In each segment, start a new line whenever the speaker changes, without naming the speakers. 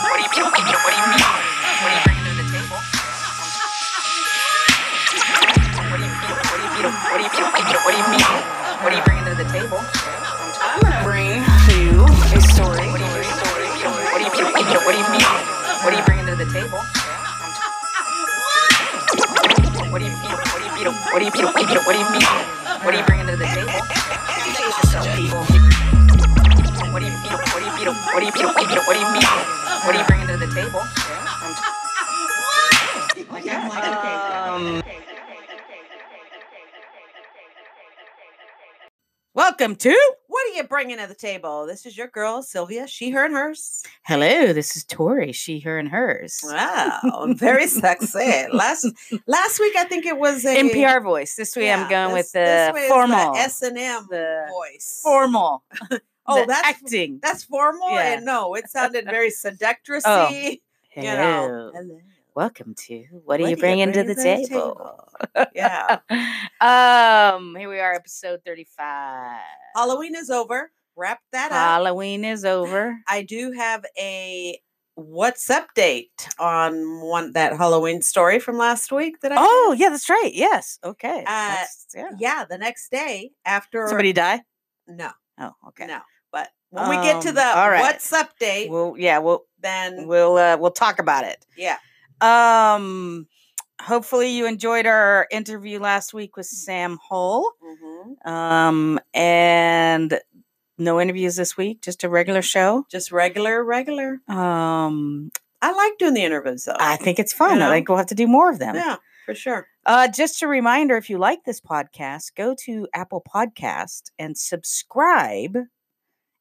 What do you mean? What do you bring to the table? What do you mean? What do you mean? What do you mean? What do you mean? What do you bring to the table? I'm gonna bring you a story. What do you mean? What do you mean? What do you mean? What do you bring to the table? What do you mean? What do you mean? What do you mean? What do you mean? What do you bring to the table? Introduce yourself, people. What do you mean? What do you mean? What do you mean? What do you mean? What do you bring to the table?
Um, Welcome to What Are You Bringing to the Table? This is your girl, Sylvia, she, her, and hers.
Hello, this is Tori, she, her, and hers.
Wow, very sexy. Last last week, I think it was a
NPR voice. This week I'm
yeah,
going
this-
with
this
the
one is
formal.
S and M
The
voice.
formal.
oh,
the
that's
acting.
that's formal,
Yeah. Oh,
and no, it sounded very seductressy. You know,
Hello. Welcome to What Are
What
You
do
Bringing to
bring
the Table?
table? yeah,
um, here we are, episode 35.
Halloween is over. Wrap that up.
Halloween is over.
I do have a what's update on one that Halloween story from last week that I
Oh, yeah, that's right. Yes. Okay.
Uh,
That's- yeah.
did. yeah the next day after
Somebody die?
no
Oh, okay.
no but when we get to
Um,
the
all right.
what's update
Well, yeah, we'll
then
we'll uh, we'll talk about it.
yeah
Um, hopefully you enjoyed our interview last week with Sam Hull.
mhm.
Um, and no interviews this week, just a regular show.
just regular regular
Um,
I like doing the interviews though
I think it's fun.
know?
I think we'll have to do more of them.
yeah for sure
Uh, just a reminder if you like this podcast, go to Apple Podcast and subscribe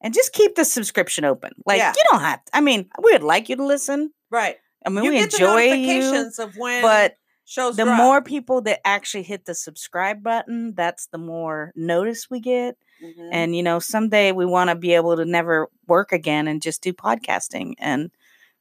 and just keep the subscription open. Like,
Yeah.
you don't have to. I mean, we would like you to listen.
right
I mean,
you
we
get
enjoy
the
you,
notifications of when
but
shows
the
drop.
more people that actually hit the subscribe button, that's the more notice we get.
Mhm.
And you know, someday we want to be able to never work again and just do podcasting. And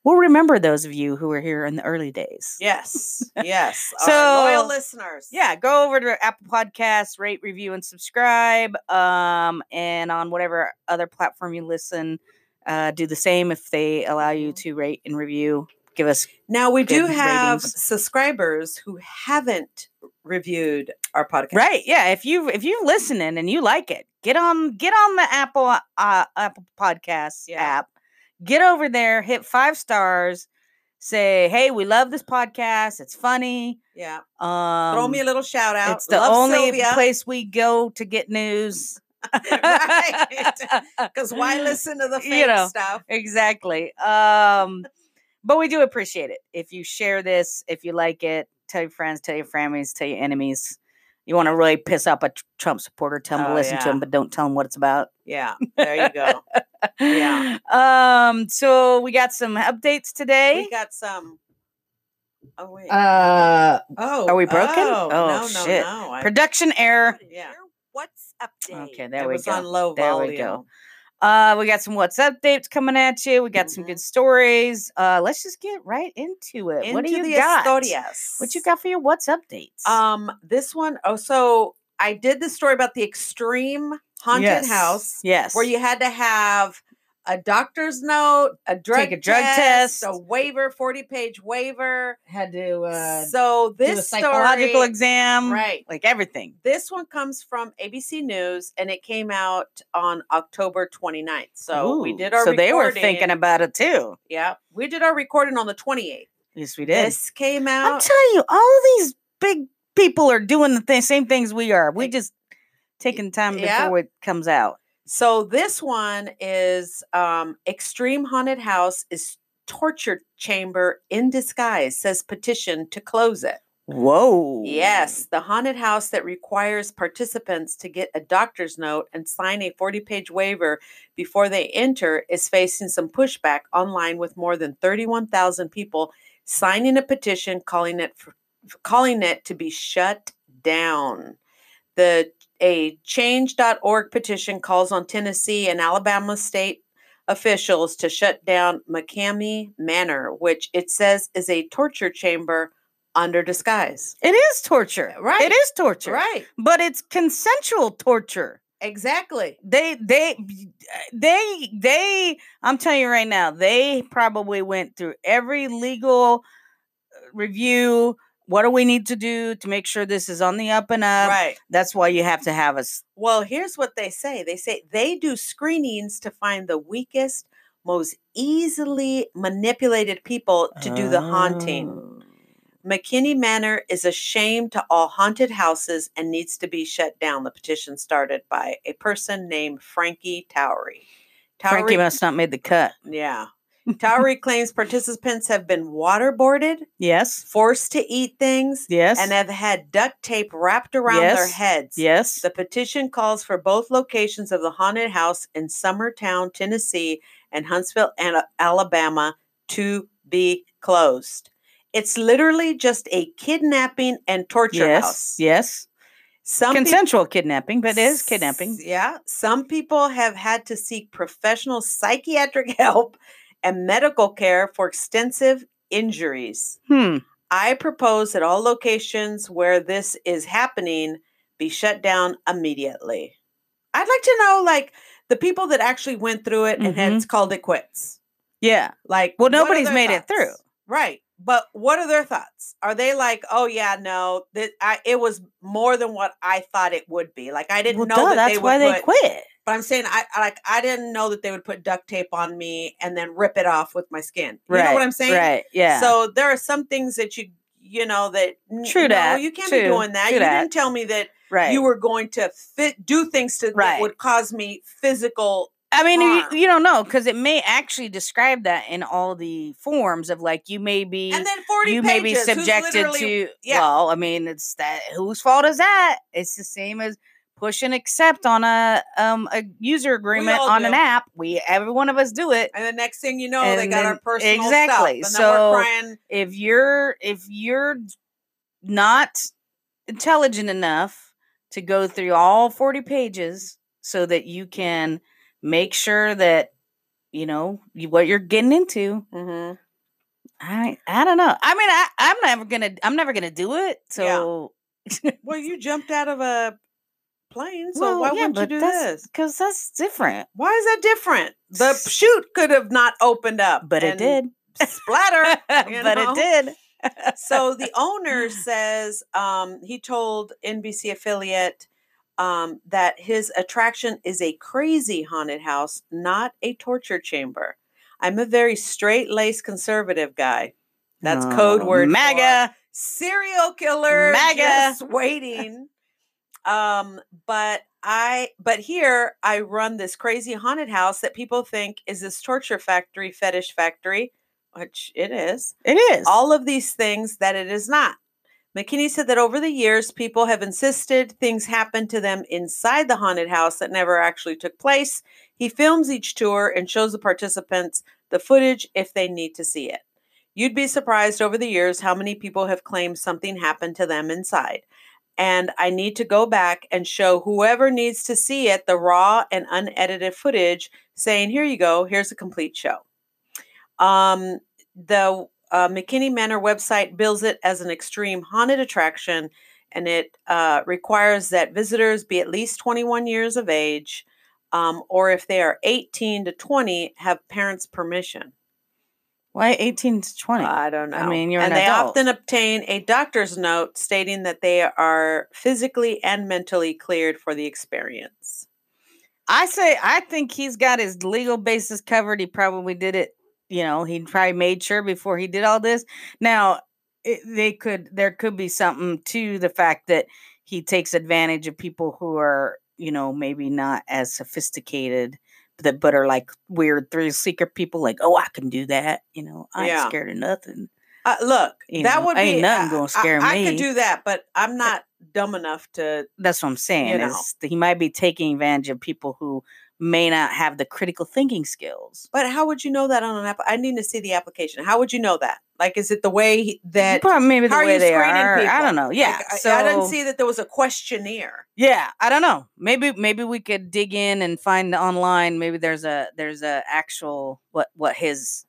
we'll remember those of you who were here in the early days.
yes yes our loyal
So-
listeners
Yeah, go over to Apple Podcasts, rate, review, and subscribe. Um, and on whatever other platform you listen, uh, do the same if they allow you
Mhm.
to rate and review. Give us
Now we do
good
have
ratings.
subscribers who haven't reviewed our podcast.
Right. Yeah. If you if you're listening and you like it, get on get on the Apple uh, Apple Podcasts
Yeah.
app. Get over there, hit five stars, say, "Hey, we love this podcast. It's funny."
Yeah.
Um,
Throw me a little shout out.
it's the
Love
only
Sylvia.
place we go to get news.
Right. Because why listen to the fake
Mm. You know.
stuff?
exactly. Um, but we do appreciate it if you share this, if you like it. Tell your friends, tell your families, tell your enemies. You want to really piss off a tr- Trump supporter? Tell him
Oh,
to listen to
yeah.
him, but don't tell him what it's about.
Yeah. There you go. Yeah.
Um. So we got some updates today.
we got some. Oh wait.
Uh.
oh.
are we broken?
Oh,
Oh,
no,
shit.
no, no. I-
Production error.
yeah.
What's update?
Okay,
It
there we
was on
go.
low
There
volume.
we go. Uh, we got some what's updates coming at you. We got some
Mm-hmm.
good stories. Uh, let's just get right into it. what
Into
do you
the
got?
historias.
What you got for your what's updates?
Um, this one, oh, so I did the story about the extreme haunted
Yes,
house
Yes.
where you had to have a doctor's note, a drug
a drug
test, a
test.
waiver, forty page waiver.
had to
uh, so this
psychological
story,
exam,
right?
Like everything.
This one comes from ABC News and it came out on October 29th. So we
Ooh,
did our
So they were thinking
recording-
about it too.
yeah, we did our recording on the 28th.
Yes, we did.
This came
I'm
out
telling you, all these big people are doing the th- same things we are. We
Ex-
just taking time
Yep.
before it comes out.
So this one is um Extreme Haunted House is torture chamber in disguise says petition to close it.
Whoa.
Yes, the haunted house that requires participants to get a doctor's note and sign a 40-page waiver before they enter is facing some pushback online with more than 31,000 people signing a petition calling it for, calling it to be shut down. The a change.org petition calls on Tennessee and Alabama state officials to shut down McCamey Manor, which it says is a torture chamber under disguise.
It is torture.
Right.
It is torture.
Right.
But it's consensual torture.
Exactly.
They they they they I'm telling you right now, they probably went through every legal review. What do we need to do to make sure this is on the up and up?
right.
That's why you have to have us.
Um, Well, here's what they say. They say they do screenings to find the weakest, most easily manipulated people to do the
Oh.
haunting. McKinney Manor is a shame to all haunted houses and needs to be shut down. The petition started by a person named Frankie Towery.
Frankie must not made the cut.
yeah. Towery claims participants have been waterboarded,
Yes.
forced to eat things,
Yes.
and have had duct tape wrapped around their
Yes.
heads.
yes.
The petition calls for both locations of the haunted house in Summertown, Tennessee, and Huntsville, Ana- Alabama, to be closed. It's literally just a kidnapping and torture
yes.
house.
Yes.
Some peop-
Consensual kidnapping, but it is kidnapping.
S- Yeah. Some people have had to seek professional psychiatric help and medical care for extensive injuries.
Hmm.
I propose that all locations where this is happening be shut down immediately. I'd like to know, like, the people that actually went through it and has called it quits.
Yeah.
Like,
Mm-hmm. Well,
what are
nobody's
their
made it through.
thoughts? Right. But what are their thoughts? Are they like, oh, yeah, no, that I, it was more than what I thought it would be? Like, I didn't
Well,
know
duh,
that
that's
they would
why
put,
they quit.
But I'm saying, I I- like, I didn't know that they would put duct tape on me and then rip it off with my skin. You
right.
know what I'm saying?
Right. Yeah.
So there are some things that you you know that n-
True
no,
dat,
you can't be
true,
doing that.
true
You
dat.
didn't tell me that
right.
you were going to fit do things to that
Right.
would cause me physical.
I mean,
harm.
you, you don't know because it may actually describe that in all the forms of like you may be
And then forty
you may
pages,
be
who's
subjected
literally-
to.
yeah.
Well, I mean, it's that whose fault is that? It's the same as push and accept on a um a user agreement
all
on an
do.
app. We every one of us do it.
And the next thing you know, they
And
got our
then-
personal stuff,
exactly,
and then
so-
we're crying.
If you're if you're not intelligent enough to go through all forty pages so that you can make sure that you know you, what you're getting into I I don't know. I mean, I I'm never gonna I'm never gonna do it.
Yeah.
So
Well, you jumped out of a plane, so
Well,
why
yeah,
wouldn't you
but
do
that's,
this?
Because that's different.
Why is that different? The chute could have not opened up,
But
and
it did.
Splatter, you
but
know?
it did.
so the owner says um, he told NBC affiliate um, that his attraction is a crazy haunted house, not a torture chamber. I'm a very straight laced conservative guy. That's code
Oh,
word for-
MAGA.
Serial killer
MAGA.
just waiting. Um, but I but here I run this crazy haunted house that people think is this torture factory, fetish factory, which it is
It is.
all of these things that it is not. McKinney said that over the years, people have insisted things happened to them inside the haunted house that never actually took place. He films each tour and shows the participants the footage if they need to see it. You'd be surprised over the years how many people have claimed something happened to them inside. And I need to go back and show whoever needs to see it the raw and unedited footage, saying, Here you go, here's a complete show. Um, the uh, McKinney Manor website bills it as an extreme haunted attraction, and it uh, requires that visitors be at least 21 years of age, um, or if they are 18 to 20, have parents' permission.
Why 18 to 20?
I don't know.
I mean, you're
and
an
they
adult.
often obtain a doctor's note stating that they are physically and mentally cleared for the experience.
I say I think he's got his legal basis covered. He probably did it. You know, he probably made sure before he did all this. Now, it, they could there could be something to the fact that he takes advantage of people who are you know maybe not as sophisticated, that but are like weird thrill seeker people. Like, oh, I can do that. You know, I ain't
Yeah.
scared of nothing.
Uh, look,
You
that
know,
would
ain't
be
nothing
I-
gonna
I-
scare
I could
me. Eh
do that, but I'm not dumb enough to
That's what I'm saying.
know.
is that he might be taking advantage of people who may not have the critical thinking skills.
But how would you know that on an app? I need to see the application. How would you know that? Like, is it the way he- that?
Probably maybe the
how are
way
you
they
screening
are.
people?
I don't know. Yeah.
like, I-
so
I, didn't see that there was a questionnaire.
Yeah, I don't know. Maybe maybe we could dig in and find online. Maybe there's a there's a actual what what his.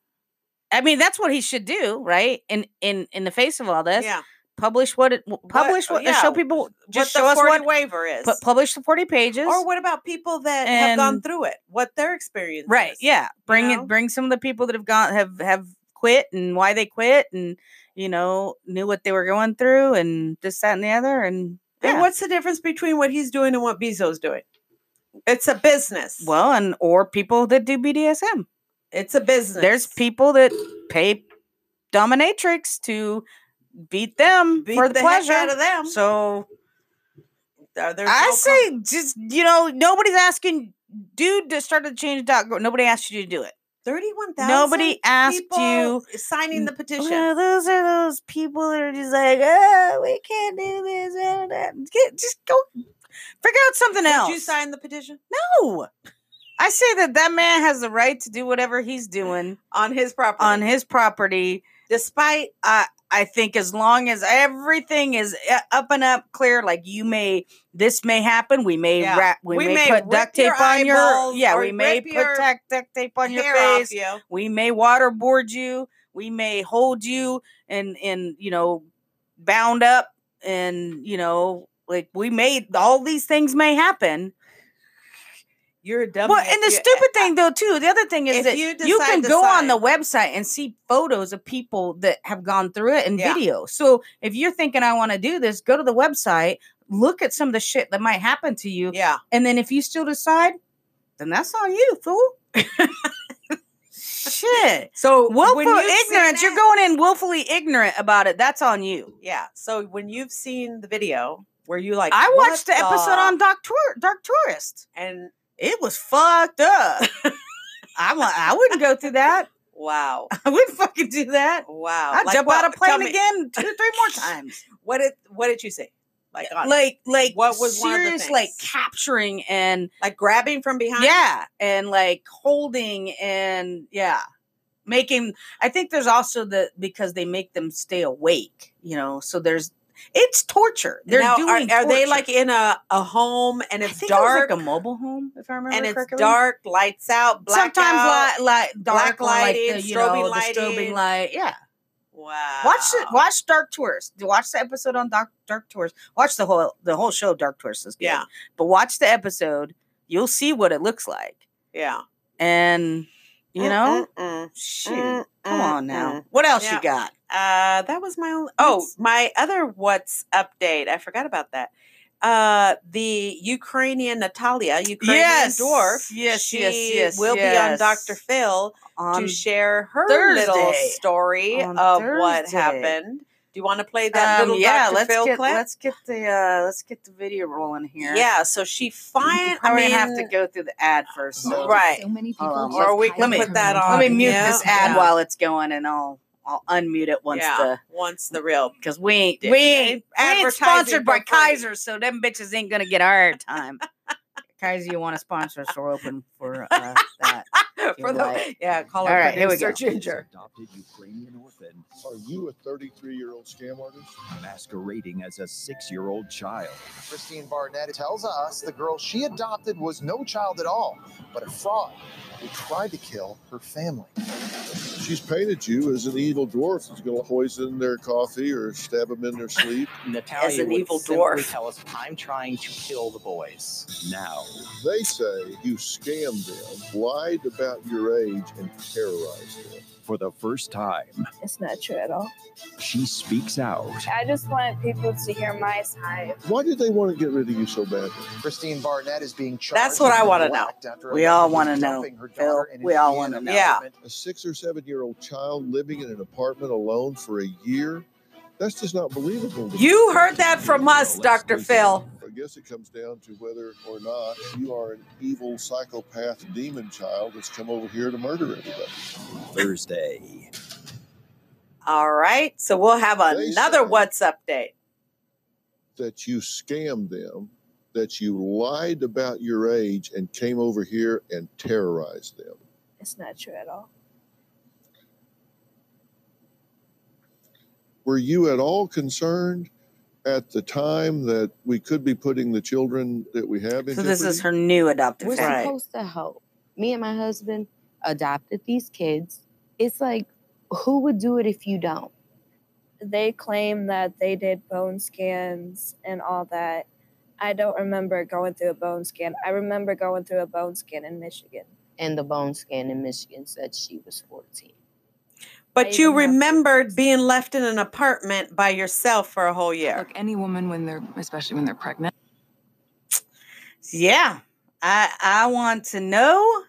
I mean, that's what he should do, right? In in in the face of all this,
Yeah,
publish what it publish
oh,
what,
yeah,
show people just
what
show
the
us
40
what
waiver is.
pu- publish the 40 pages
or what about people that have gone
And-
through it? What their experience
right
is.
yeah bring
know?
it bring some of the people that have gone have have quit and why they quit and you know knew what they were going through and this that and the other and
And
yeah.
what's the difference between what he's doing and what Bezos doing? It's a business.
well and or people that do bdsm
it's a business.
there's people that pay dominatrix to beat them
Beat
for
the
pleasure
heck out of them.
so
Are there no
I
com-
say just you know nobody's asking dude to start to change dot go. Nobody asked you to do it.
31,000
Nobody asked
people
you.
signing the petition.
Well, Oh, those are those people that are just like, oh, we can't do this. oh, that." Get, just go figure out something else.
Did you sign the petition
no, I say that that man has the right to do whatever he's doing
on his property?
on his property.
despite
I I think as long as everything is u- up and up clear, like you may this may happen, we may
Yeah.
wrap, we,
We
may,
may
put duct
rip your
tape on your
eyeballs
yeah,
or
we may
rip
put
your
tac- duct tape on your
hair off
face.
you.
We may waterboard you. We may hold you and and you know bound up and you know like we may all these things may happen.
You're a dumb.
Well, and the stupid thing though too. The other thing
If
is that
you
you,
decide
can
to
go on the
sign.
website and see photos of people that have gone through it in
Yeah.
video. So if you're thinking I want to do this, go to the website, look at some of the shit that might happen to you,
Yeah.
and then if you still decide, then that's on you, fool. shit.
So
Willful
when you've seen
ignorance. You're
that-
going in willfully ignorant about it. That's on you.
Yeah. So when you've seen the video where you like,
I
"What
watched the episode on Dark Tour Dark Tourist.
and
It was fucked up. I wa- I wouldn't go through that.
wow,
I wouldn't fucking do that.
wow.
I'd
Like,
jump
what-
out of
tell
plane
me,
again two or three more times.
What did what did you say? Like on, like,
Like like
What was one of the
serious like
things?
capturing and
grabbing from behind.
yeah and like holding and yeah making I think there's also the because they make them stay awake, you know. So there's it's torture. They're
Now, are-
doing
Are, they
torture.
like in a a home and
I
it's
think it was
dark
like a mobile home if I remember
and it's
correctly.
dark, lights out, black out.
Sometimes like like dark
black
like the,
lighted,
you
strobing
know, the
lighted.
strobing light. Yeah.
Wow.
Watch it. Watch Dark Tours. Watch the episode on Dark Dark Tours. Watch the whole the whole show. Dark Tours is good.
Yeah.
but watch the episode. You'll see what it looks like,
Yeah.
and you know,
Mm,
shoot,
mm, mm,
come
mm,
on now.
mm.
What else
Yeah.
you got?
Uh, that was my only. Oh,
That's-
my other what's update. I forgot about that. Uh, the Ukrainian Natalia, Ukrainian
Yes,
dwarf.
yes, yes,
she
yes,
Will be on
yes.
Dr. Phil
On
to share her little
Thursday.
story
On
of what
Thursday.
happened. Do you want to play that
um,
little
yeah,
Dr.
let's
Phil
get
clip?
let's get the uh, let's get the video rolling here.
Yeah, so she
I
finally. I
probably
mean,
have to go through the ad first. So.
Right. Um,
So many people.
Hold on,
just
or we
hide
can
their
put that
emotions.
on.
Let me mute
Yeah,
this ad
yeah.
while it's going, and I'll I'll unmute it once
yeah,
the
once the real.
because we ain't
Dick.
we ain't, we ain't
Advertising
sponsored by
for free.
Kaiser, so them bitches ain't gonna get our time. Kaiser, you want to sponsor us? We're open for uh, that.
For the,
right.
yeah, call
All
her
right, here we
producer
go.
Ginger.
Adopted Ukrainian orphan
Are you a 33 year old scam artist?
masquerading as a six year old child.
Christine Barnett tells us the girl she adopted was no child at all, but a fraud who tried to kill her family.
She's painted you as an evil dwarf that's going to poison their coffee or stab them in their sleep.
Natalia
As an
would
evil
simply
dwarf.
tell us, "I'm trying to kill the boys."
Now,
They say you scammed them, lied about your age, and terrorized them.
for the first time,
It's not true at all.
she speaks out
I just want people to hear my side.
Why did they want to get rid of you so badly?
Christine Barnett is being charged.
That's what I wanna know.
We all wanna know, Phil. We all wanna know.
Yeah.
A six or seven year old child living in an apartment alone for a year? That's just not believable. to me.
You heard that from us, Dr. Phil.
I guess it comes down to whether or not you are an evil psychopath demon child that's come over here to murder everybody.
Thursday.
All right. So we'll have
They
another
say-
What's Update.
that you scammed them, that you lied about your age and came over here and terrorized them.
It's not true at all.
Were you at all concerned at the time that we could be putting the children that we have in
So this is
jeopardy?
her new adopted
We're
family.
Right.
supposed to help. Me and my husband adopted these kids. It's like, who would do it if you don't?
they claim that they did bone scans and all that. I don't remember going through a bone scan. I remember going through a bone scan in Michigan.
And the bone scan in Michigan said she was 14.
But you
even have to
remembered
post.
being left in an apartment by yourself for a whole year.
Look, any woman when they're, especially when they're pregnant,
Yeah. I I want to know.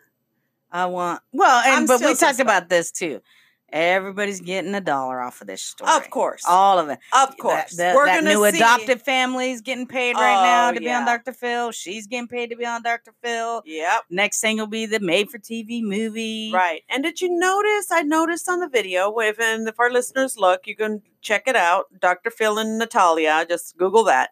I want well, and
I'm
but
still
we talked
suspect-
about this too. Everybody's getting a dollar off of this story.
Of course.
All of it.
Of
That-
course.
That,
We're
that
going
new
to see.
adopted family's getting paid right now
Oh,
to
yeah.
be on Dr. Phil. She's getting paid to be on Dr. Phil.
Yep.
Next thing will be the made for TV movie.
Right. And did you notice? I noticed on the video, if- and if our listeners look, you can check it out. Dr. Phil and Natalia, just Google that.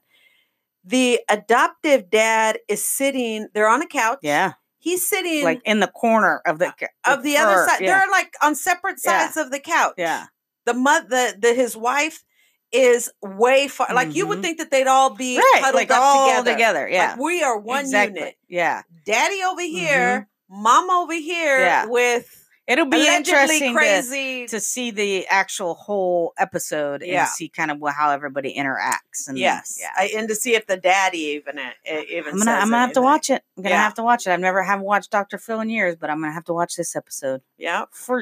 The adoptive dad is sitting, they're on a couch.
Yeah.
He's sitting
like in the corner of the
Uh, of the other
her,
side.
Yeah.
They're like on separate
Yeah.
sides of the couch.
yeah.
The mother, the, the his wife is way far. Like you would
Mhm.
think that they'd all be
Right.
huddled
Like
Mm-hmm. up
all
together.
together. Yeah.
Like we are one
exactly.
unit.
Yeah.
Daddy over here, mom over here
Yeah.
with
It'll be
allegedly
interesting to-
crazy.
to see the actual whole episode
Yeah.
and see kind of wha- how everybody interacts. And
yes,
yeah.
I, and to see if the daddy even uh, even.
I'm gonna,
says
I'm gonna have to
anything.
watch it. I'm gonna
Yeah.
have to watch it. I've never have watched Doctor Phil in years, but I'm gonna have to watch this episode
Yeah,
for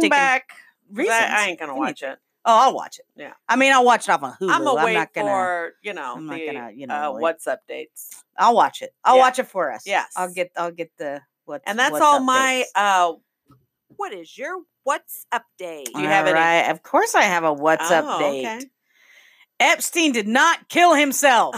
bring
and
back. 'cause
reasons.
I, I ain't gonna
We need-
watch it.
Oh, I'll watch it.
Yeah.
I mean, I'll watch it off on Hulu.
I'm gonna
I'm
wait
not gonna.
for you know
I'm not
the
gonna, you know,
uh,
like-
what's updates.
I'll watch it. I'll
Yeah.
watch it for us.
Yes.
I'll get. I'll get the what.
And that's
what's
all my uh
updates.
what is your what's update? Do you have
All
any?
right. Of course, I have a what's
Oh,
up date.
okay.
Epstein did not kill himself.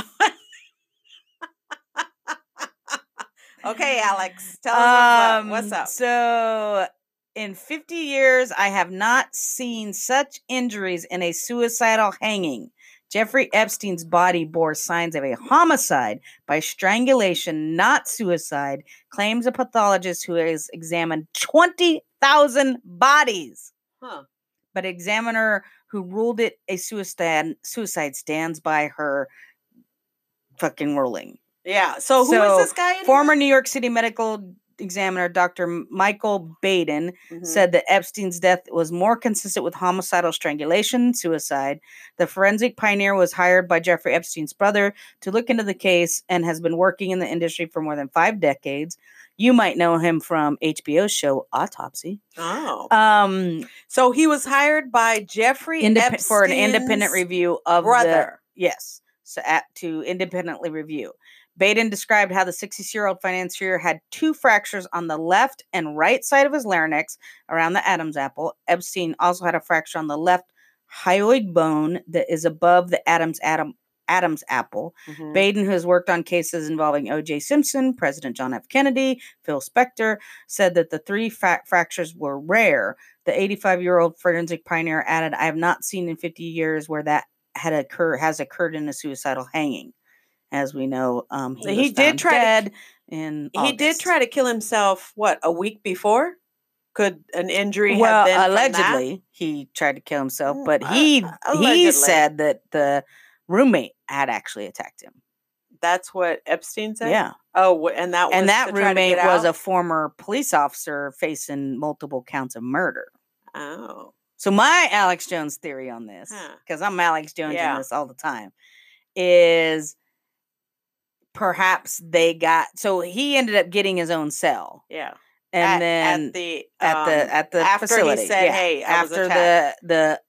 Okay, Alex, tell us
um,
what's up. what's up.
So, in 50 years, I have not seen such injuries in a suicidal hanging. Jeffrey Epstein's body bore signs of a homicide by strangulation, not suicide, claims a pathologist who has examined 20,000 bodies.
Huh.
But examiner who ruled it a suicide suicide stands by her fucking ruling.
Yeah. So who is
so,
this guy? in here?
Former New York City medical examiner Dr. M- Michael Baden
Mhm.
said that Epstein's death was more consistent with homicidal strangulation than suicide. The forensic pioneer was hired by Jeffrey Epstein's brother to look into the case and has been working in the industry for more than 5 decades. You might know him from HBO's show Autopsy.
Oh.
Um
so he was hired by Jeffrey
indep- for an
Epstein's
independent review of the
brother.
Yes. So at, to independently review. Baden described how the 60 year old financier had two fractures on the left and right side of his larynx around the Adam's apple. Epstein also had a fracture on the left hyoid bone that is above the Adam's Adam, Adam's apple.
Mhm.
Baden, who has worked on cases involving O.J. Simpson, President John F. Kennedy, Phil Spector, said that the three fa- fractures were rare. The 85 year old forensic pioneer added, I have not seen in 50 years where that had occur has occurred in a suicidal hanging. As we know, um, he,
So
was
he did
found
try to-
dead in
He did
August.
try to kill himself what, a week before? Could an injury have
well,
been from that?
allegedly he tried to kill himself,
Mm,
but
uh,
he
allegedly.
he said that the roommate had actually attacked him.
That's what Epstein said?
Yeah,
Oh, wh- and that was
and that
to try to get
roommate was a
out?
former police officer facing multiple counts of murder.
Oh.
So my Alex Jones theory on this,
Huh.
because I'm Alex Jones
Yeah.
on this all the time, is perhaps they got so he ended up getting his own cell,
Yeah.
and
at,
then
at the
at the
um,
at the
after
facility.
he said,
yeah.
"Hey, I
after
was attacked.
the the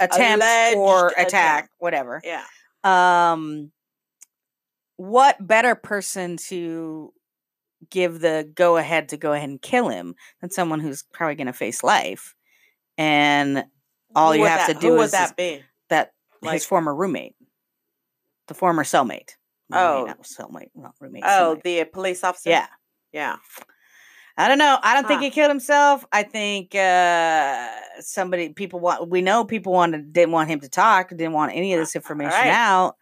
attempt or
Alleged
attack,
attempt.
whatever.
yeah,
Um, what better person to give the go ahead to go ahead and kill him than someone who's probably going to face life? And all
Who
you
would
have
that,
to
who
do
would
is
that be?
that
Like-
his former roommate, the former cellmate.
Oh.
not cellmate, not roommate.
Oh,
cellmate.
the police officer.
yeah.
yeah.
I don't know. I don't think
Huh.
he killed himself. I think uh somebody people want we know people wanted didn't want him to
Uh,
talk, didn't want any of this information
right.
out.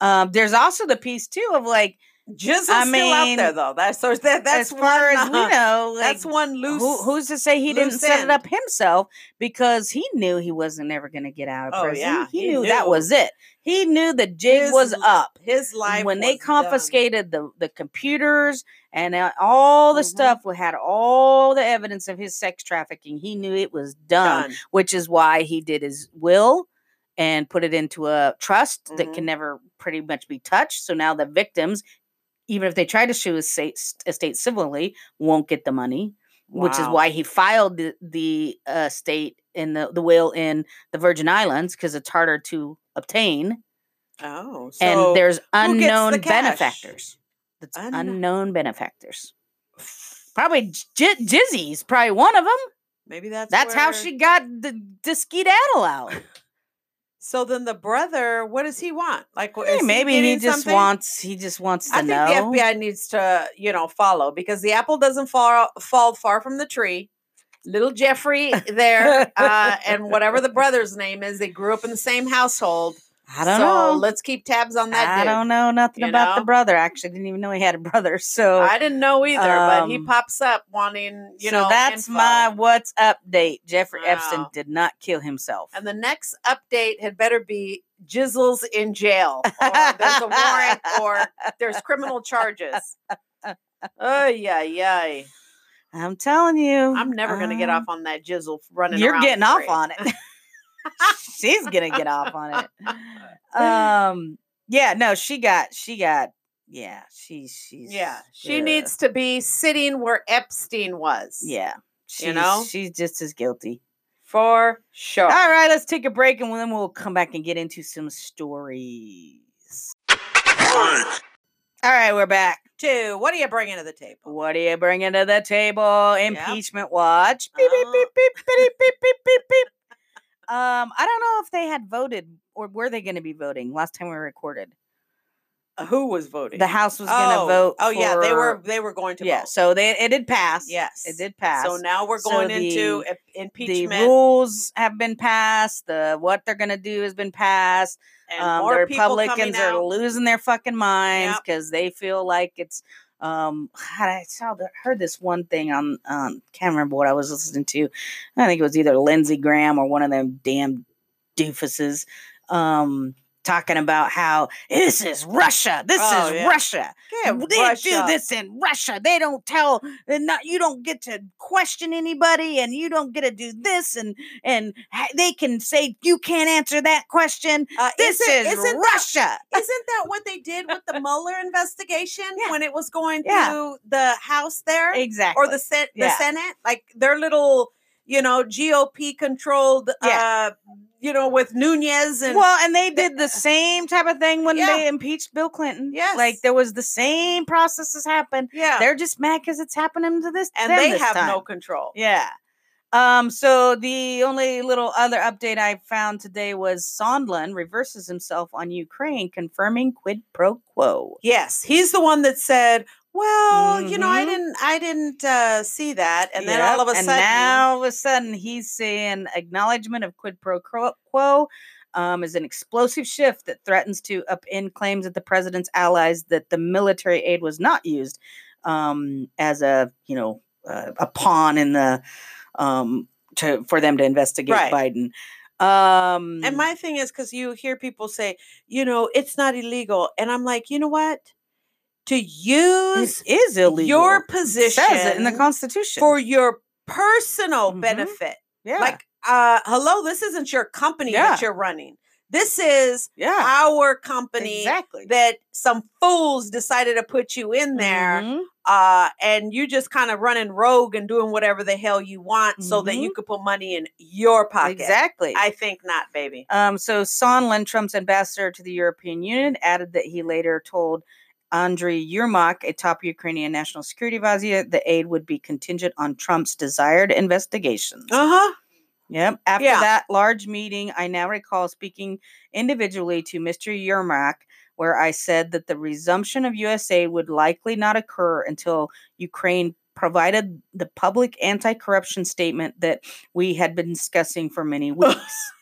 Um there's also the piece too of like
Jizzle's
I
still out
mean,
there though. That's so that that's
as far
one,
as we
uh,
know, like,
that's one loose.
who, who's to say he didn't
loose
set
end.
it up himself because he knew he wasn't ever going to get out of
Oh,
prison.
yeah,
he,
he
knew, that
knew.
was it. He knew the jig
His
was
l-
up.
his life
when they
was done.
confiscated the, the computers and uh, all the
Mhm.
stuff we had all the evidence of his sex trafficking he knew it was done,
Done.
which is why he did his will and put it into a trust that
Mhm.
can never pretty much be touched so now the victims even if they try to sue estate, estate civilly won't get the money which is
Wow.
why he filed the, the uh, state in the, the will in the virgin islands because it's harder to obtain
Oh,
and there's
who gets the
unknown
cash?
benefactors. That's
Un-
unknown benefactors. Probably J- Jizzy's probably one of them.
maybe that's
That's how
where-
she got the, the skedaddle out.
So then the brother, what does he want? Like,
Hey,
is
maybe he
getting
just
something?
wants he just wants to
I think
know.
the FBI needs to, you know, follow because the apple doesn't fall fall far from the tree. Little Jeffrey there, uh, and whatever the brother's name is, they grew up in the same household.
I don't
so
know.
Let's keep tabs on that.
I
dude.
don't know nothing
you
about the
know?
brother. I actually didn't even know he had a brother. So
I didn't know either, but he
Um,
pops up wanting, you
so
know,
that's
info.
my what's update. Jeffrey Epstein
Wow.
did not kill himself.
And the next update had better be Jizzles in jail, or there's a warrant, or there's criminal charges. Oh yeah, yeah.
I'm telling you,
I'm never gonna get
um,
off on that jizzle f- running.
You're
around
getting off
free.
on it. She's gonna get off on it. Um, yeah, no, she got, she got, yeah, she, she's,
Yeah, she
uh,
needs to be sitting where Epstein was.
yeah, she's,
know?
she's just as guilty.
for sure.
All right, let's take a break and then we'll come back and get into some stories. All right, we're back.
Two. What are you bringing to the table?
What are you bringing to the table? Impeachment watch. Beep, beep,
Oh.
beep, beep, beep, beep, beep, beep, beep. Um, I don't know if they had voted or were they going to be voting last time we recorded.
Who was voting?
The House was going to vote.
Oh yeah, they were.
for-
They were going to
yeah,
vote.
so they it did pass.
Yes.
it did pass.
So now we're
So
going into
the-
im-
the
impeachment
rules have been passed. The what they're going to do has been passed.
and
um,
more
the
people coming
Republicans are
out.
losing their fucking minds
Yep.
because they feel like it's. Um, God, I saw the, heard this one thing on um, can't remember what I was listening to. I think it was either Lindsey Graham or one of them damn doofuses um, talking about how this is Russia. This
Oh,
is
yeah.
Russia.
Yeah,
they do
Russia.
this in Russia. They don't tell, and not you don't get to question anybody, and you don't get to do this, and and ha- they can say you can't answer that question.
Uh,
This
isn't-
is
isn't that-
Russia.
isn't that what they did with the Mueller investigation
Yeah.
when it was going
Yeah.
through the House there
exactly.
or the sen-
Yeah.
the Senate? Like their little, you know, GOP controlled,
Yeah.
uh, you know, with Nunez and
well, and they did the same type of thing when
Yeah.
they impeached Bill Clinton.
Yes.
like there was the same processes happen.
yeah,
They're just mad because it's happening to this.
and
them
they
this
have
time.
no control.
Yeah. Um, so the only little other update I found today was Sondland reverses himself on Ukraine, confirming quid pro quo.
Yes, he's the one that said, "Well, you know, I
Mhm.
didn't, I didn't uh, see that," and then all
Yep,
of a
and
sudden,
now all of a sudden, he's saying acknowledgement of quid pro quo um, is an explosive shift that threatens to upend claims that the president's allies that the military aid was not used um, as a you know uh, a pawn in the um, to for them to investigate
Right.
Biden. Um,
And my thing is because you hear people say, you know, it's not illegal, and I'm like, you know what? To use
it is illegal.
your
It
position
says it in the Constitution.
for your personal
Mhm.
benefit.
yeah,
Like, uh, hello, this isn't your company
Yeah.
that you're running. This is
yeah,
our company
exactly
that some fools decided to put you in there,
Mm-hmm,
uh, and you just kind of running rogue and doing whatever the hell you want, so that you could put money in your pocket.
Exactly.
I think not, baby.
Um, so Sondland, Trump's ambassador to the European Union, added that he later told Andriy Yermak, a top Ukrainian national security advisor, that the aid would be contingent on Trump's desired investigations.
Uh huh.
Yep. After
Yeah.
that large meeting, I now recall speaking individually to Mr. Yermak, where I said that the resumption of USA would likely not occur until Ukraine provided the public anti corruption statement that we had been discussing for many weeks.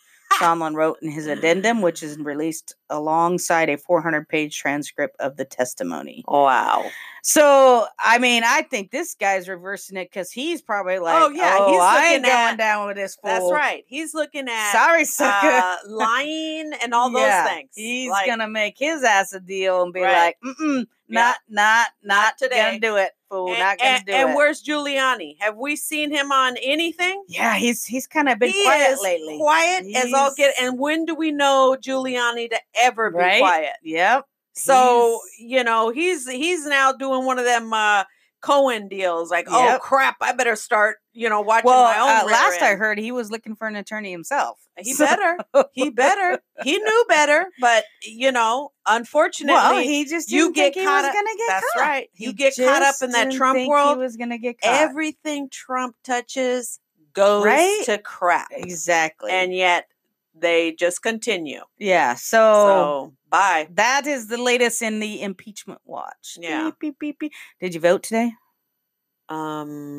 Sondland wrote in his addendum, which is released alongside a 400 page transcript of the
Oh.
testimony.
Wow.
So, I mean, I think this guy's reversing it because he's probably like, oh,
yeah,
yeah,
he's
I
looking
ain't going
at-
down with this fool.
That's right. He's looking at
Sorry, sucker.
uh, lying and all those
Yeah,
things.
He's
Like,
gonna make his ass a deal and be
Right.
like, Mm-mm,
Yeah.
not, not, not,
today.
Gonna do it, fool.
and,
not gonna
and-
do
and
it.
where's Giuliani? Have we seen him on anything?
yeah, he's he's kind of been
he
quiet
is
lately.
quiet as all get.
He's-
And when do we know Giuliani to ever be
Right?
quiet?
Yep.
So
He's-
you know he's he's now doing one of them uh, Cohen deals. Like, oh
Yep.
crap, I better start you know watching
Well,
my own.
uh,
rear
last I
end.
heard, he was looking for an attorney himself.
he
So-
better, he better, he knew better, but you know, unfortunately,
Well, he just
you
didn't think
get
he
caught
was
up-
gonna get
that's
caught.
right. You
He
get caught up
just
in that
didn't
Trump
think
world,
He was gonna get caught.
everything Trump touches goes
Right?
to crap,
exactly.
and yet they just continue.
yeah, so
So bye.
That is the latest in the impeachment watch.
Yeah.
Beep, beep, beep, beep. Did you vote today?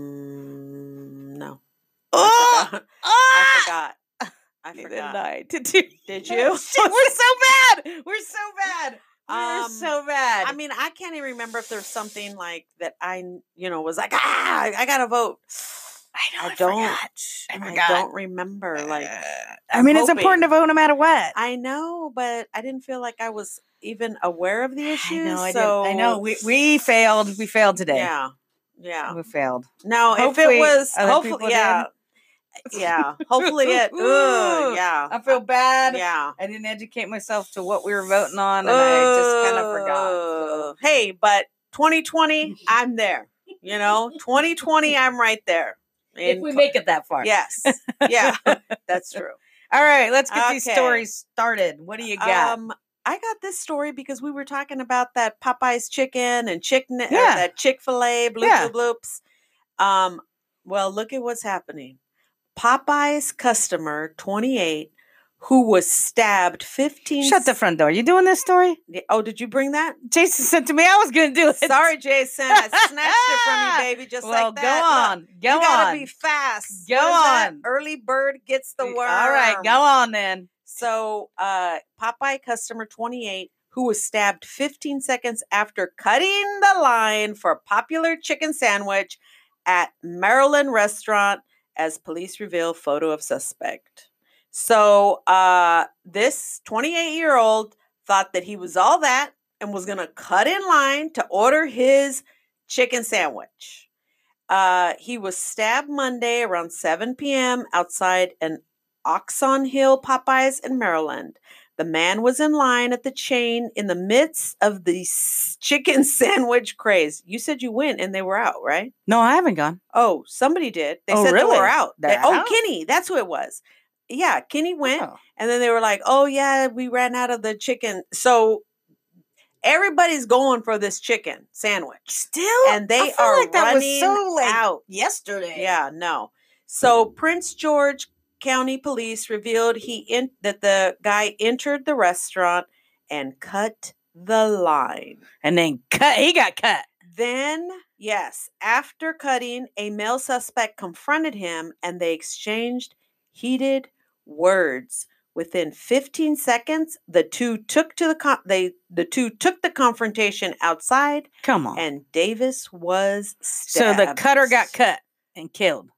Um, no, I
Oh,
forgot. I
ah!
forgot. I
Neither
forgot.
did I. Did you?
Did you?
Shit, we're so bad. We're so bad. We're
Um,
so bad.
I mean, I can't even remember if there's something like that. I kn- you know was like ah, I, I gotta vote.
I,
I don't.
I
I
forgot. Uh.
don't remember. Like
I mean, it's
hoping.
important to vote no matter what.
I know, but I didn't feel like I was even aware of the
I
issue.
know. I,
so
did. I know. We we failed. We failed today.
Yeah, yeah.
We failed.
Now, if it
Hopefully
was,
other
hopefully,
people
yeah, yeah. Hopefully, it. Ooh,
Ooh,
yeah,
I feel bad.
yeah.
I didn't educate myself to what we were voting on, and I just kind of forgot. so.
Uh, Hey, but 2020, I'm there. You know, 2020, I'm right there.
if
And
we
co-
make it that far.
yes, yeah, that's true.
All right, let's get these
Okay.
stories started. What do you got?
Um, I got this story because we were talking about that Popeyes chicken and chicken, uh,
Yeah.
that Chick Fil A bloop
Yeah.
bloop, bloops. Um, well, look at what's happening. Popeyes customer 28 who was stabbed 15.
Shut the front door. You doing this story?
the. Oh, did you bring that?
Jason said to me I was going to do it.
Sorry, Jason. I snatched it from you, baby. Just
well,
like that.
go on.
Look,
Go
you gotta
on.
be fast.
Go
What is that?
on.
Early bird gets the worm.
All right, go on then.
So, uh, Popeye customer 28, who was stabbed 15 seconds after cutting the line for a popular chicken sandwich at Maryland restaurant, as police reveal photo of suspect. So, uh, this 28 year old thought that he was all that and was going to cut in line to order his chicken sandwich. Uh, he was stabbed Monday around 7 p.m. outside an Oxon Hill Popeyes in Maryland. The man was in line at the chain in the midst of the s- chicken sandwich craze. You said you went and they were out, right?
No, I haven't gone.
Oh, somebody did. They
Oh,
said they
really?
were out. They-
They're
oh,
out?
Kenny, that's who it was. Yeah, Kenny went
Oh.
and then they were like, "Oh yeah, we ran out of the chicken." So everybody's going for this chicken sandwich,
Still?
and they
I feel
are
like that
running
was so like
out.
yesterday.
Yeah, no. So
Mm-hmm.
Prince George County Police revealed he in, that the guy entered the restaurant and cut the line.
And then cut. He got cut.
Then, yes, after cutting, a male suspect confronted him and they exchanged heated words. Within 15 seconds, the two took to the con- they the two took the confrontation outside
Come on.
and Davis was
so
stabbed.
the cutter got cut and killed.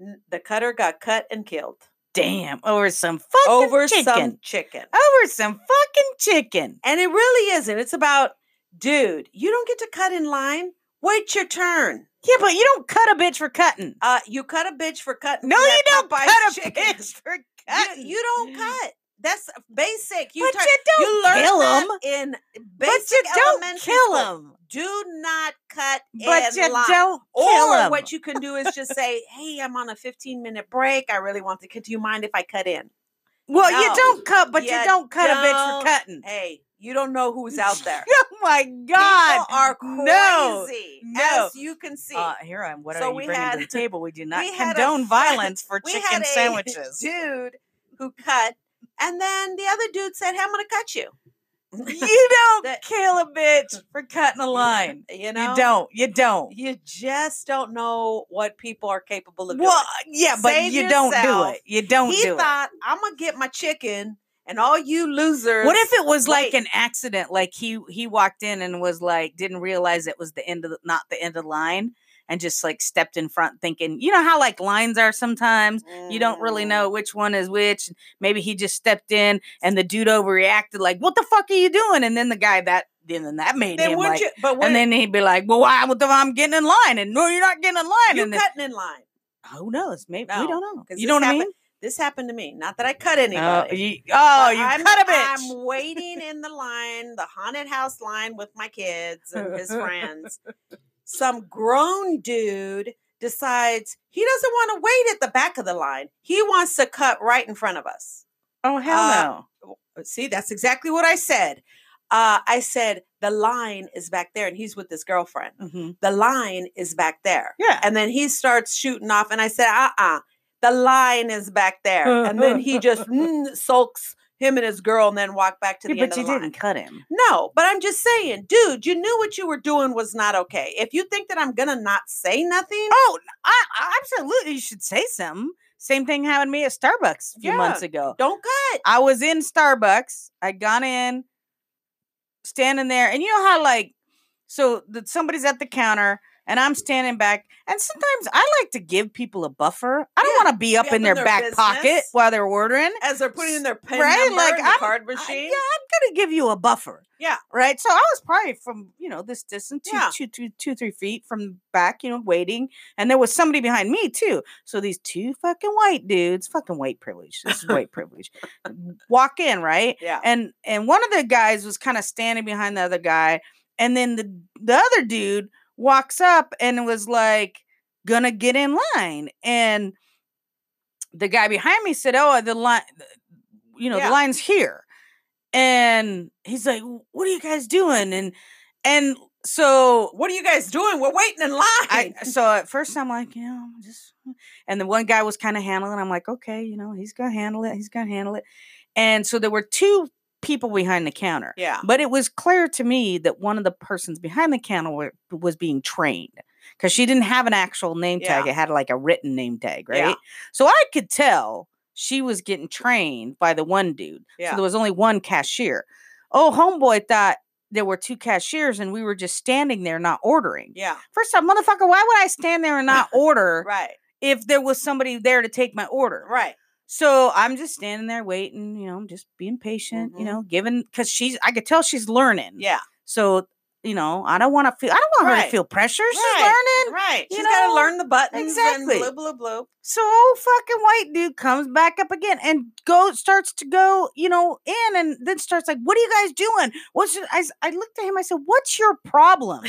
N- The cutter got cut and killed.
Damn, over some fucking
over
chicken.
some chicken.
over some fucking chicken.
And it really isn't. It's about, dude, you don't get to cut in line. Wait your turn.
Yeah, but you don't cut a bitch for cutting.
Uh, you cut a bitch for cutting.
No,
from
you
that
don't
Popeye's
cut a
chicken.
bitch for
You,
cutting.
you don't cut. That's basic. You,
but
tur-
you don't
you learn
kill
that
them.
in basic
But you don't
elementary
kill
school.
them.
Do not cut
But
in
you
line.
don't kill
or
them.
what you can do is just say, "Hey, I'm on a 15 minute break. I really want to. Could you mind if I cut in?"
well,
No.
you don't cut, but you,
You
don't cut a bitch
don't-
for cutting.
Hey, you don't know who's out there.
oh my God!
People are
No,
crazy,
no.
as you can see.
Uh, here I'm. What
So
are
we
you bringing
had-
to the table? We do not
we had a
condone
fu-
violence for
we
chicken
had a
sandwiches.
dude who cut, and then the other dude said, "Hey, I'm going to cut you."
You don't
That-
kill a bitch for cutting a line.
You know,
You don't. You don't.
You just don't know what people are capable of
Well, yeah, but
Save
you don't do
yourself.
it. You
doing.
don't
He
do
thought I'm gonna get my chicken, and all you losers.
it. What if it was like
wait.
an accident? Like he he walked in and was like didn't realize it was the end of the, not the end of the line and just like stepped in front thinking, you know how like lines are sometimes you don't really
Mm.
know which one is which. Maybe he just stepped in and the dude overreacted like, "What the fuck are you doing?" And then the guy that then then that made
Then
him
wouldn't
like
you? But
and
wouldn't-
then he'd be like, "Well, why? What the? I'm getting in line, and no, you're not getting in line."
you
and then,
cutting in line.
who knows? Maybe
No,
we don't know.
'cause this
You know what I mean?
happened This happened to me. Not that I cut anybody.
Oh, you, oh,
But
you
I'm,
cut a bitch.
I'm waiting in the line, the haunted house line with my kids and his friends. Some grown dude decides he doesn't want to wait at the back of the line. He wants to cut right in front of us.
oh hell
uh,
no!
See, that's exactly what I said. Uh, I said, the line is back there. And he's with his girlfriend.
Mhm.
The line is back there.
Yeah.
And then he starts shooting off. And I said, uh uh the line is back there. And then he just mm, sulks him and his girl and then walk back to
Yeah,
the end
but
of
you
the
didn't
line.
cut him.
No, but I'm just saying, dude, you knew what you were doing was not okay. If you think that I'm going to not say nothing,
Oh, n- I, I absolutely you should say something. Same thing happened to me at Starbucks a few months ago.
don't cut.
I was in Starbucks. I gone in, standing there, and you know how like so that somebody's at the counter and I'm standing back. And sometimes I like to give people a buffer. I don't
Yeah,
want to be up
be up
in
in
their,
their
back pocket
business.
while they're ordering.
As they're putting in their pen
Right,
number
like,
in the
I'm-
card
I-
machine.
yeah, I'm gonna give you a buffer.
Yeah.
Right. So I was probably from you know this distance, two,
Yeah.
two, two, two, three feet from the back, you know, waiting, and there was somebody behind me too. So these two fucking white dudes, fucking white privilege. This is white privilege. Walk in, right?
yeah.
And and one of the guys was kind of standing behind the other guy, and then the the other dude walks up and was like, "Gonna get in line," and the guy behind me said, "Oh, the line, you know,
Yeah.
the line's here," and he's like, "What are you guys doing?" And and so
what are you guys doing? We're waiting in line.
I so at first I'm like, you know, I'm just and the one guy was kind of handling. I'm like, okay, you know, he's gonna handle it. He's gonna handle it. And so there were two people behind the counter,
yeah.
but it was clear to me that one of the persons behind the counter wa- was being trained because she didn't have an actual name tag. It had like a written name tag, right?
Yeah.
So I could tell she was getting trained by the one dude.
Yeah.
So there was only one cashier. Oh, homeboy thought there were two cashiers and we were just standing there not ordering.
Yeah.
First off, motherfucker, why would I stand there and not order
Right.
if there was somebody there to take my order?
Right.
So I'm just standing there waiting, you know, I'm just being patient,
Mhm.
you know, giving because she's I could tell she's learning.
Yeah.
So, you know, I don't want to feel I don't want her
Right.
to feel pressure. She's
Right.
learning.
Right.
you
She's got to
know,
learn the buttons
exactly.
and blah, blah, blah.
So old fucking white dude comes back up again and go starts to go, you know, in and then starts like, "What are you guys doing?" What's your-" I, s- I looked at him. I said, "What's your problem?"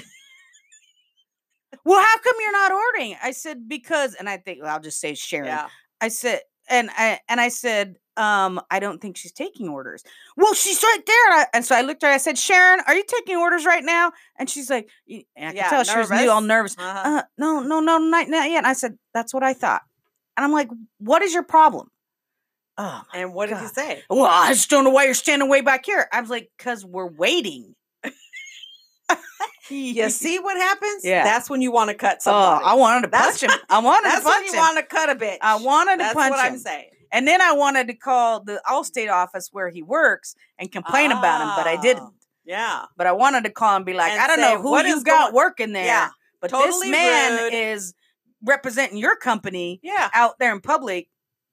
well, how come you're not ordering? I said because, and I think well, I'll just say Sharon.
Yeah.
I said, and I and I said, um, I don't think she's taking orders. Well, she's right there. And, I, and so I looked at her. I said, Sharon, are you taking orders right now? And she's like, "Y-" and I
Yeah,
could tell she was new, all
nervous.
nervous
Uh-huh.
uh, no, no, no, not, not yet. And I said, that's what I thought. And I'm like, what is your problem? Oh,
and what did he
God.
say?
well, I just don't know why you're standing way back here. I was like, because we're waiting.
You see what happens?
Yeah.
That's when you want to cut
Oh,
somebody.
I wanted to
uh, That's-
punch him. I wanted to
That's when
punch
you
him.
want to cut a bitch.
I wanted to
That's
punch
what I'm
him.
saying.
And then I wanted to call the Allstate office where he works and complain about him, but I
Ah,
didn't.
Yeah.
But I wanted to call and be like,
And
I don't
say,
know who
"What
you
is
got
going-"
working there,
Yeah.
but
Totally
this man
rude.
is representing your company
Yeah.
out there in public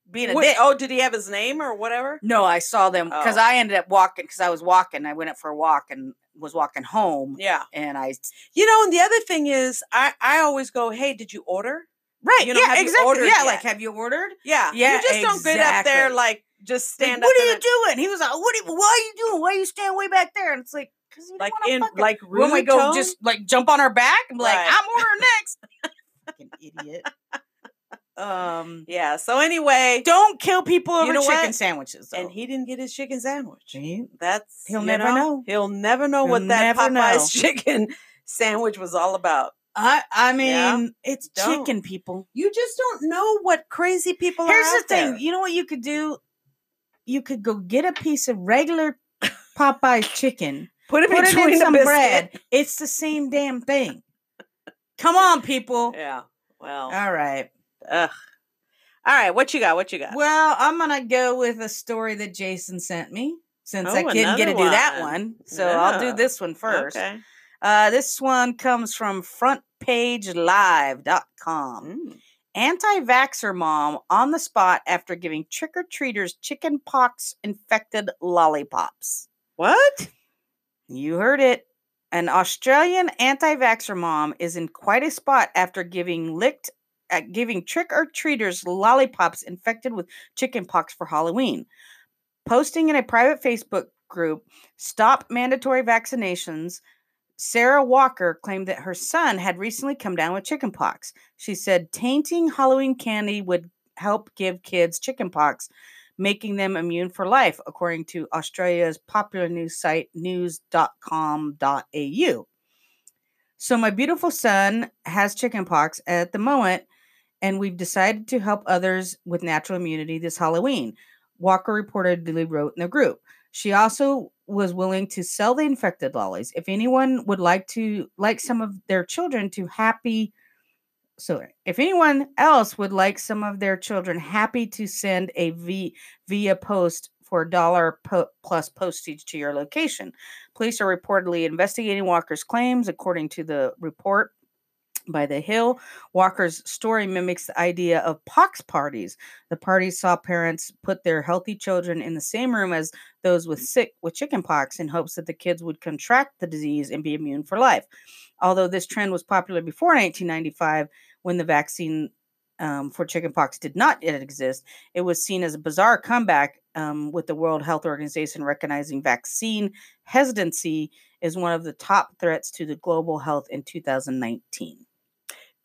being a
What-
dick.
oh, did he have his name or whatever?
No, I saw them because
Oh.
I ended up walking because I was walking. I went up for a walk and was walking home,
Yeah.
and I
You know, and the other thing is, I, I always go, hey, did you order?
right,
You know, have you ordered
yeah,
yet?
like have you ordered?
Yeah.
Yeah,
You just don't get up there
exactly.
like just
Like,
stand
what
up.
are
in
you
a-
doing? He was like, "What? Are you, why are you doing? Why are you standing way back there?" And it's like, because you
like
don't
in
want to
like rude
when we go
tone?
just like jump on our back and be like,
Right.
"I'm ordering next." Fucking idiot. Um,
yeah. So anyway,
don't kill people over
know
chicken
what?
sandwiches. Though.
and he didn't get his chicken sandwich.
See?
That's
He'll
you
never know.
He'll never know what
He'll
that
never
Popeye's chicken sandwich was all about.
I I mean,
Yeah.
it's
Don't.
chicken people.
You just don't know what crazy people
Here's
are.
the thing. You know what you could do? You could go get a piece of regular Popeye's chicken.
Put it
Put it
between
in
the
some
biscuit.
bread. It's the same damn thing. Come on, people.
Yeah. Well.
All right.
Ugh. All right. What you got? What you got?
Well, I'm gonna go with a story that Jason sent me since I
Oh,
couldn't get to
another
do that
one.
one. So I'll
Yeah.
do this one first.
Okay.
Uh, this one comes from frontpagelive.com.
Mm.
Anti vaxxer mom on the spot after giving trick or treaters chicken pox infected lollipops.
What?
You heard it. An Australian anti vaxxer mom is in quite a spot after giving licked at giving trick or treaters lollipops infected with chickenpox for Halloween. Posting in a private Facebook group, Stop Mandatory Vaccinations, Sarah Walker claimed that her son had recently come down with chickenpox. She said tainting Halloween candy would help give kids chickenpox, making them immune for life, according to Australia's popular news site news.com.au. So, my beautiful son has chickenpox at the moment, and we've decided to help others with natural immunity this Halloween, Walker reportedly wrote in the group. She also was willing to sell the infected lollies if anyone would like to like some of their children to happy so if anyone else would like some of their children happy to send a v via post for a dollar po- plus postage to your location police are reportedly investigating walker's claims according to the report by the hill walker's story mimics the idea of pox parties the party saw parents put their healthy children in the same room as those with sick with chickenpox in hopes that the kids would contract the disease and be immune for life although this trend was popular before 1995 when the vaccine um, for chickenpox did not yet exist it was seen as a bizarre comeback um, with the world health organization recognizing vaccine hesitancy is one of the top threats to the global health in 2019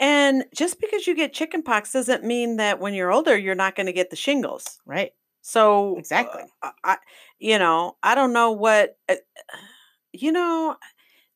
And just because you get chicken pox doesn't mean that when you're older you're not going to get the shingles.
right
So uh,
Exactly.
I, I- you know, I don't know what. uh, you know,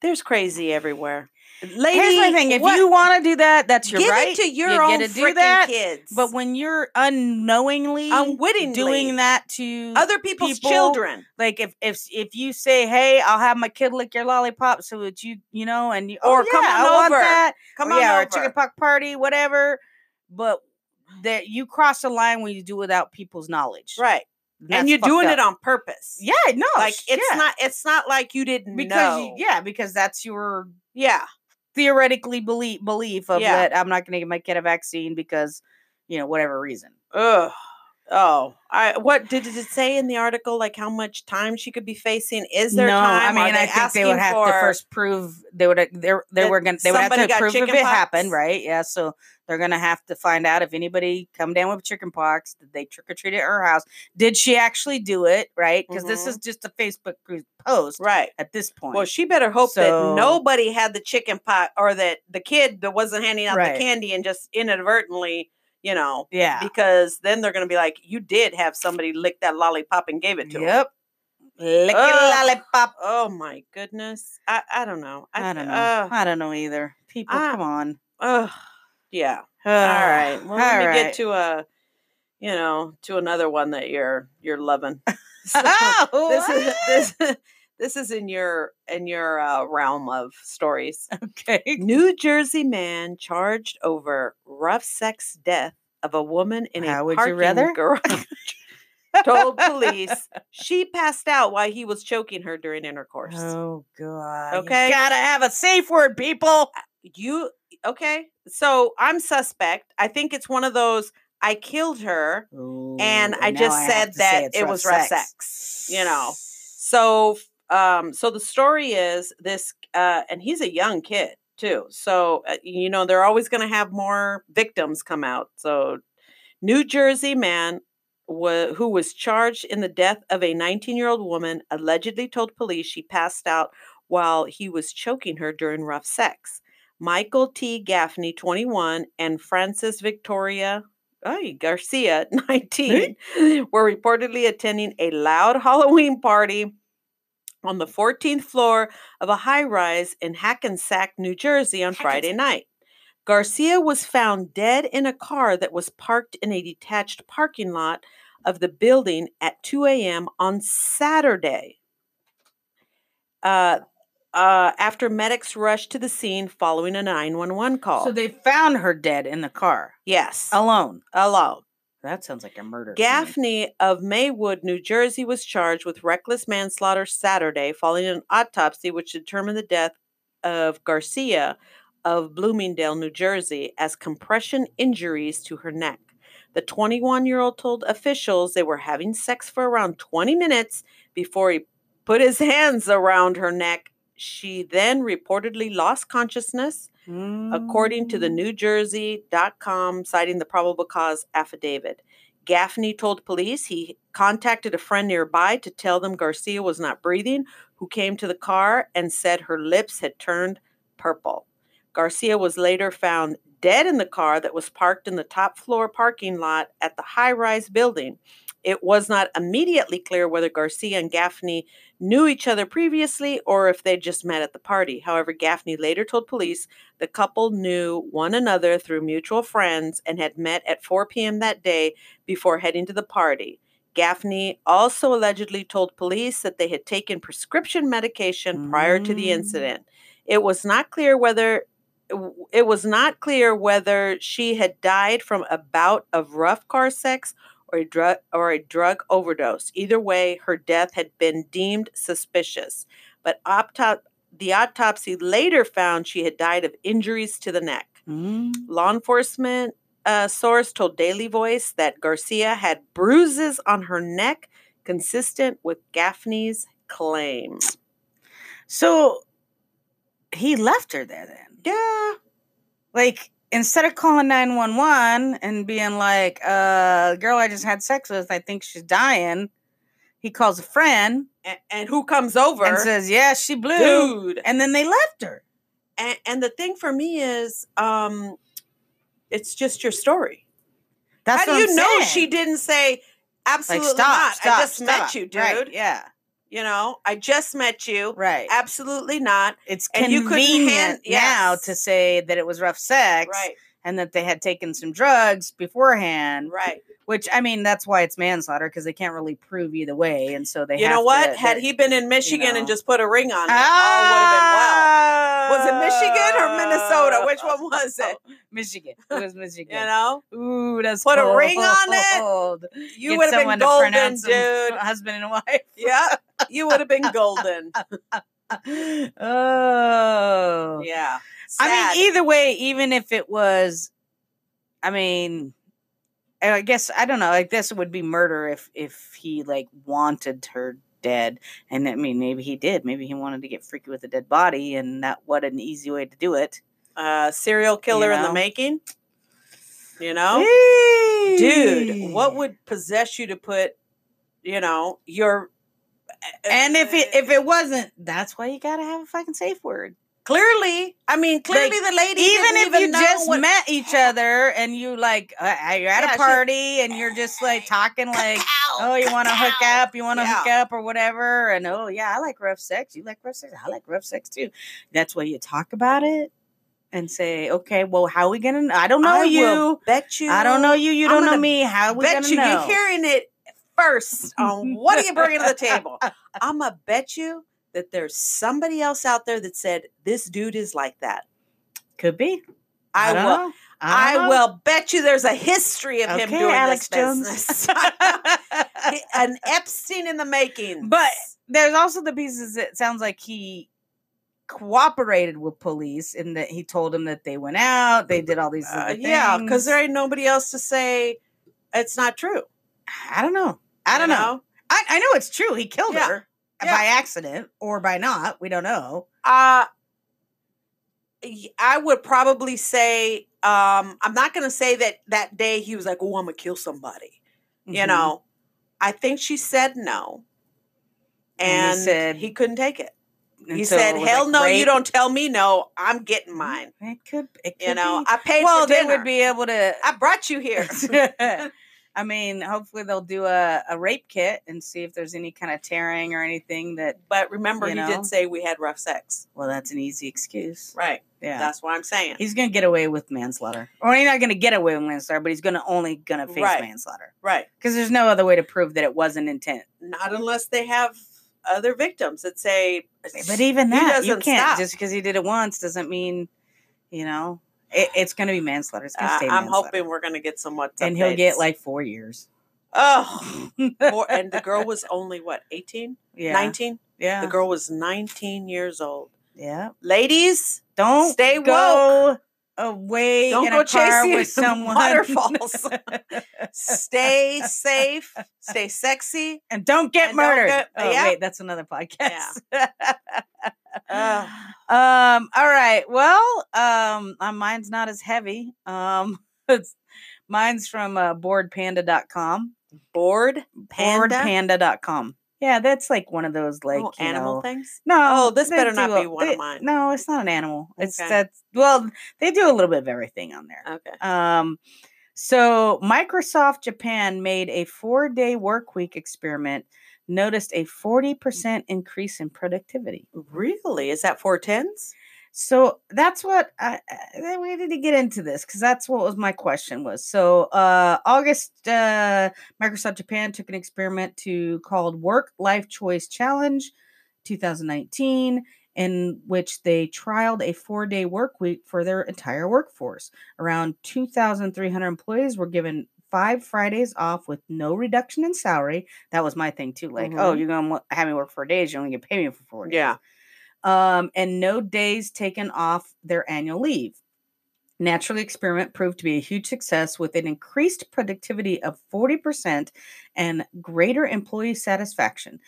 there's crazy everywhere. Lady,
here's my thing if
what-
you want to do that that's your
give
right
it to your
You
own
gotta do
freaking
that,
kids,
but when you're unknowingly
Unwittingly.
doing that to
other people's
people-
children,
like if if if you say hey i'll have my kid lick your lollipop so that you you know and you
Oh,
or come
yeah,
on
I
over
want that. come
or,
on
yeah, or
over.
a chicken pox party whatever but that you cross the line when you do without people's knowledge
right?
that's
and you're
fucked
doing
up.
it on purpose.
yeah no
like
sh-
it's
yeah,
not. It's not like you didn't
because you-
know.
yeah because that's your
yeah,
theoretically belief belief of
Yeah.
that i'm not going to give my kid a vaccine because you know whatever reason
Ugh. Oh, I what did it say in the article? Like how much time she could be facing? Is there
no,
time?
I
Are
mean, I think they
asking
would have
for-
to first prove they would they they
that
were going to they would have
somebody
to
got
prove if
chicken
it happened,
pox?
right? Yeah, so they're going to have to find out if anybody come down with chicken pox. Did they trick or treat at her house? Did she actually do it? Right? Because this
Mhm.
is just a Facebook group post
right.
at this point.
Well, she better hope
So-
that nobody had the chicken pot or that the kid that wasn't handing out
Right.
the candy and just inadvertently, you know,
yeah.
because then they're going to be like, you did have somebody lick that lollipop and gave it to her.
Yep. Lick
Ugh.
lollipop.
Oh my goodness. I, I don't know.
I, don't know.
Uh,
I don't know either. People,
I-
come on.
ugh. yeah. All right. Well, let me get to a, you know, to another one that you're you're loving. So,
oh,
this is this this is in your in your uh, realm of stories.
okay.
New Jersey man charged over rough sex death of a woman in
How
a
would you
parking
rather?
garage told police she passed out while he was choking her during intercourse.
Oh God.
Okay. Uh,
You gotta have a safe word, people.
You okay? So I'm suspect. I think it's one of those. I killed her. and
Ooh,
I
now
just
have
said
to say
that
it's
it was rough sex, you know. So, f- um, so the story is this, uh, and he's a young kid too. So, uh, you know, they're always going to have more victims come out. So, New Jersey man wa- who was charged in the death of a 19 year old woman allegedly told police she passed out while he was choking her during rough sex. Michael T. Gaffney, 21, and Francis Victoria ay, Garcia, 19, were reportedly attending a loud Halloween party on the 14th floor of a high rise in Hackensack, New Jersey on Friday night. Garcia was found dead in a car that was parked in a detached parking lot of the building at 2 a.m. on Saturday. Uh, uh, after medics rushed to the scene following a 911 call.
So they found her dead in the car
yes.
alone.
Alone.
That sounds like a murder. to me.
Gaffney of Maywood, New Jersey, was charged with reckless manslaughter Saturday following an autopsy which determined the death of Garcia of Bloomingdale, New Jersey, as compression injuries to her neck. The 21 year old told officials they were having sex for around 20 minutes before he put his hands around her neck. She then reportedly lost consciousness according to the
Mm.
NewJersey.com, citing the probable cause affidavit. Gaffney told police he contacted a friend nearby to tell them Garcia was not breathing, who came to the car and said her lips had turned purple. Garcia was later found dead in the car that was parked in the top floor parking lot at the high rise building. It was not immediately clear whether Garcia and Gaffney knew each other previously or if they just met at the party. However, Gaffney later told police the couple knew one another through mutual friends and had met at 4 p.m. that day before heading to the party. Gaffney also allegedly told police that they had taken prescription medication prior to the
Mm.
incident. It was not clear whether it was not clear whether she had died from a bout of rough car sex or a drug or a drug overdose. Either way, her death had been deemed suspicious. But opto- the autopsy later found she had died of injuries to the neck.
Mm.
Law enforcement uh, source told Daily Voice that Garcia had bruises on her neck, consistent with Gaffney's claim.
So he left her there then.
Yeah,
Like instead of calling 911 and being like, uh, girl I just had sex with, I think she's dying, he calls a friend
and, and who comes over?
and says, Yeah, she blew.
Dude,
And then they left her.
and, and the thing for me is, um, it's just your story.
That's
How do
what
you
I'm
know
saying.
she didn't say
like
absolutely
stop,
not?
stop,
I just met
stop."
you, dude.
Right, yeah.
You know, I just met you.
Right.
Absolutely not.
it's
And you couldn't
convenient
hand-
now to
yes.
say that it was rough sex
Right.
and that they had taken some drugs beforehand,
Right.
which I mean that's why it's manslaughter because they can't really prove either way, and so they
you
have
know what?
to-
Had
they-
he been in Michigan
know.
and just put a ring on it, all would have been well. Was it Michigan or Minnesota? Which one
Ah.
was it?
Oh. Michigan. It was Michigan.
You know,
Ooh, that's
Put a ring on it.
cold.
you
Get
would have been
someone to
golden,
pronounce them
dude.
Husband and wife.
yeah, you would have been golden.
Oh.
Yeah.
I
Sad.
mean, e either way, even if it was, I mean, I guess I don't know. Like this would be murder if if he like wanted her dead, and I mean maybe he did. Maybe he wanted to get freaky with a dead body, and that what an easy way to do it.
uh, serial killer in
know?
the making. You know, dude, what would possess you to put, you know, your eh,
And if it if it wasn't, that's why you gotta have a fucking safe word.
clearly, I mean, clearly the lady,
Even
didn't
if
even
you
know
just
what-
met each other and you like uh, uh, you're at
Yeah,
a
she-
party and you're just like talking like oh, you want to hook up, you want to hook up or whatever. And oh, yeah, I like rough sex. You like rough sex. I like rough sex too. That's why you talk about it and say, okay, well, how we going to? I don't know
I will
you.
bet you,
I don't know you. You
I'm
don't know
gonna
me. How we going
bet
to
you
know?
you're hearing it first on what are you bringing to the table. I'm gonna bet you that there's somebody else out there that said this dude is like that.
Could be.
I,
don't
will.
know.
I,
don't know.
will bet you there's a history of him
Okay,
doing
Alex
this
Jones.
business. He- An Epstein in the making.
But there's also the pieces that sounds like he cooperated with police in that he told them that they went out, they did all these
Uh,
other
yeah, because
things.
there ain't nobody else to say it's not true.
I don't know. I
you
don't know. I, I know it's true. He killed
Yeah.
her
Yeah.
by accident or by not. We don't know.
Uh, y- I would probably say um, I'm not going to say that that day he was like, "Oh, I'm gonna kill somebody." You
Mhm.
know, I think she said no,
And he
and he,
said-
couldn't take it.
And
he
so
said,
it was,
"Hell
like,
no, you
rape.
don't tell me no. I'm getting mine."
It could. It could
You know,
be.
I paid
well,
for
they
dinner.
would be able to.
I brought you here.
I mean, hopefully they'll do a, a rape kit and see if there's any kind of tearing or anything that.
but remember,
You
he
know?
did say we had rough sex.
Well, that's an easy excuse.
Right.
Yeah.
That's what I'm saying.
He's gonna get away with manslaughter, or he's not gonna get away with manslaughter, but he's gonna only gonna face
Right.
manslaughter
right.
because there's no other way to prove that it wasn't intent.
Not unless they have other victims that say,
But even
He
that, you
doesn't
can't
stop.
just because he did it once doesn't mean, you know, it, it's going to be manslaughter. It's going to
I-
stay.
I'm
manslaughter.
hoping we're going to get some what's
and he'll get
updates.
like four years.
oh, four- and the girl was only what 18,
yeah,
19.
yeah,
The girl was 19 years old.
yeah.
Ladies,
Don't
Stay
go away.
Don't
in
go
a car
chasing
with someone.
waterfalls. stay safe, stay sexy.
and don't get
And don't
murdered.
get-
oh
yeah.
wait, that's another podcast.
Ugh.
um. All right. Well. Um. uh, mine's not as heavy. Um. It's, mine's from uh, boardpanda.com.
Bored panda,
Boardpanda.com. Yeah, that's like one of those like
Oh,
you
animal
know-
things.
No.
Oh, this
they
better not
do a-
be one of
they-
mine.
No, it's not an animal. It's
Okay.
that's well, they do a little bit of everything on there.
Okay.
Um, so Microsoft Japan made a four-day work week experiment, noticed a 40% increase in productivity.
Really? Is that four tens?
So that's what I, I we needed to get into this because that's what was my question was. So uh, August, uh, Microsoft Japan took an experiment to called Work Life Choice Challenge 2019, in which they trialed a four day work week for their entire workforce. Around 2,300 employees were given five Fridays off with no reduction in salary. That was my thing too. Like, oh,
Mhm.
you're gonna wa- have me work four days, you only get paid me for four days
Yeah.
um, and no days taken off their annual leave. Naturally, experiment proved to be a huge success with an increased productivity of 40% and greater employee satisfaction.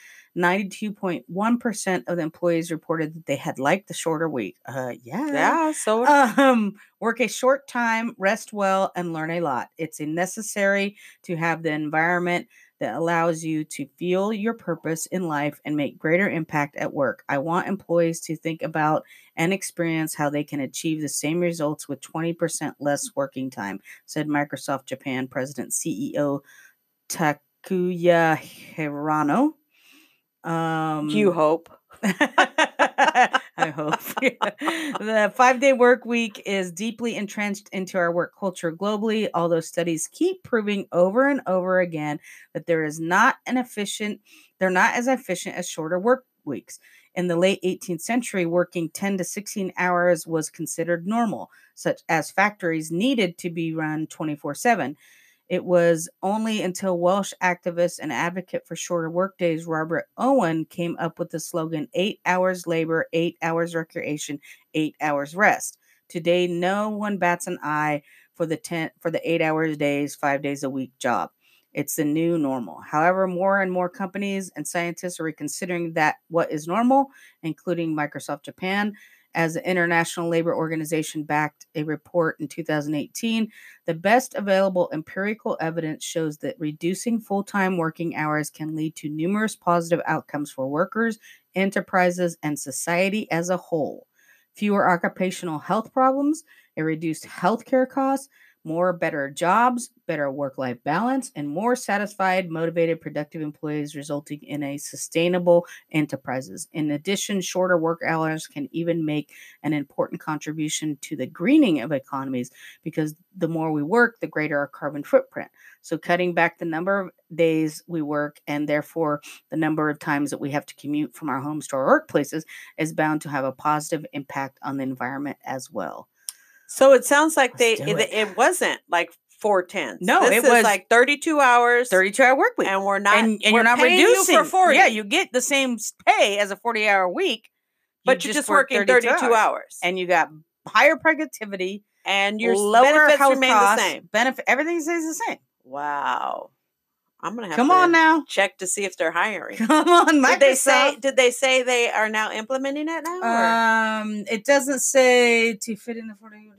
92.1% of the employees reported that they had liked the shorter week. Uh, yeah.
Yeah. So
Um, work a short time, rest well, and learn a lot. It's a necessary to have the environment that allows you to feel your purpose in life and make greater impact at work. I want employees to think about and experience how they can achieve the same results with 20% less working time, said Microsoft Japan President CEO Takuya Hirano. Um,
you hope.
I hope. the five day work week is deeply entrenched into our work culture globally, although studies keep proving over and over again that there is not an efficient, they're not as efficient as shorter work weeks. In the late 18th century, working 10 to 16 hours was considered normal, such as factories needed to be run 24 7. It was only until Welsh activist and advocate for shorter workdays Robert Owen came up with the slogan eight hours labor, eight hours recreation, eight hours rest. Today, no one bats an eye for the ten for the eight hours days, five days a week job. It's the new normal. However, more and more companies and scientists are reconsidering that what is normal, including Microsoft Japan, as the International Labor Organization backed a report in 2018 the best available empirical evidence shows that reducing full time working hours can lead to numerous positive outcomes for workers, enterprises, and society as a whole. Fewer occupational health problems, a reduced healthcare costs, more better jobs, better work life balance, and more satisfied, motivated, productive employees, resulting in a sustainable enterprises. In addition, shorter work hours can even make an important contribution to the greening of economies because the more we work, the greater our carbon footprint. So, cutting back the number of days we work and therefore the number of times that we have to commute from our homes to our workplaces is bound to have a positive impact on the environment as well.
So it sounds like
Let's
they
do
it,
it.
it wasn't like four tens.
No,
this
it
is
was
like thirty two hours,
32 hour work week.
and we're not
And, and
we're
you're not
paying you
reducing.
for forty.
Yeah, you get the same s- pay as a 40 hour week,
but you're just
work
working thirty two hours, and,
And you got higher productivity,
your
lower
benefits
health
remain
costs,
the same.
Benefit, everything stays the same.
Wow, I'm gonna have
Come
to
on now.
check to see if they're hiring.
Come on, Microsoft.
Did they say? Did they say they are now implementing it now? or-
Um, it doesn't say to fit in the 40.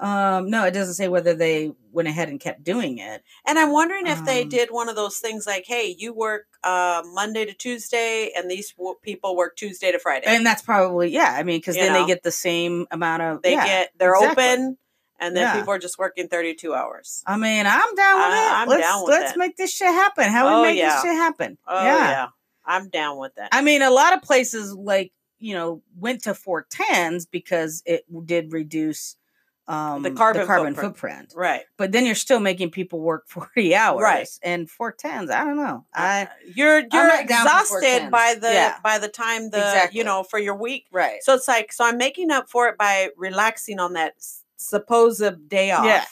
Um, no, it doesn't say whether they went ahead and kept doing it.
and I'm wondering if they
um,
did one of those things like, "Hey, you work uh, Monday to Tuesday, and these w- people work Tuesday to Friday."
And that's probably, yeah, I mean, because
You
then
know.
they get the same amount of,
they
yeah.
get they're
exactly.
open and then
Yeah.
people are just working 32 hours
I mean, I'm down with
I-
it.
I'm
let's
down with
let's
it.
make this shit happen. How
Oh,
we make
yeah.
this shit happen?
oh yeah, i'm down with that
I mean, a lot of places like you know went to four tens because it w- did reduce um,
carbon footprint.
footprint.
Right.
But then you're still making people work 40 hours. And four tens, I don't know. I
Uh, You're you're
not down for four
exhausted by
tens.
the
Yeah.
by the time the
Exactly.
you know for your week.
right.
So it's like so I'm making up for it by relaxing on that s- supposed day off.
Yeah.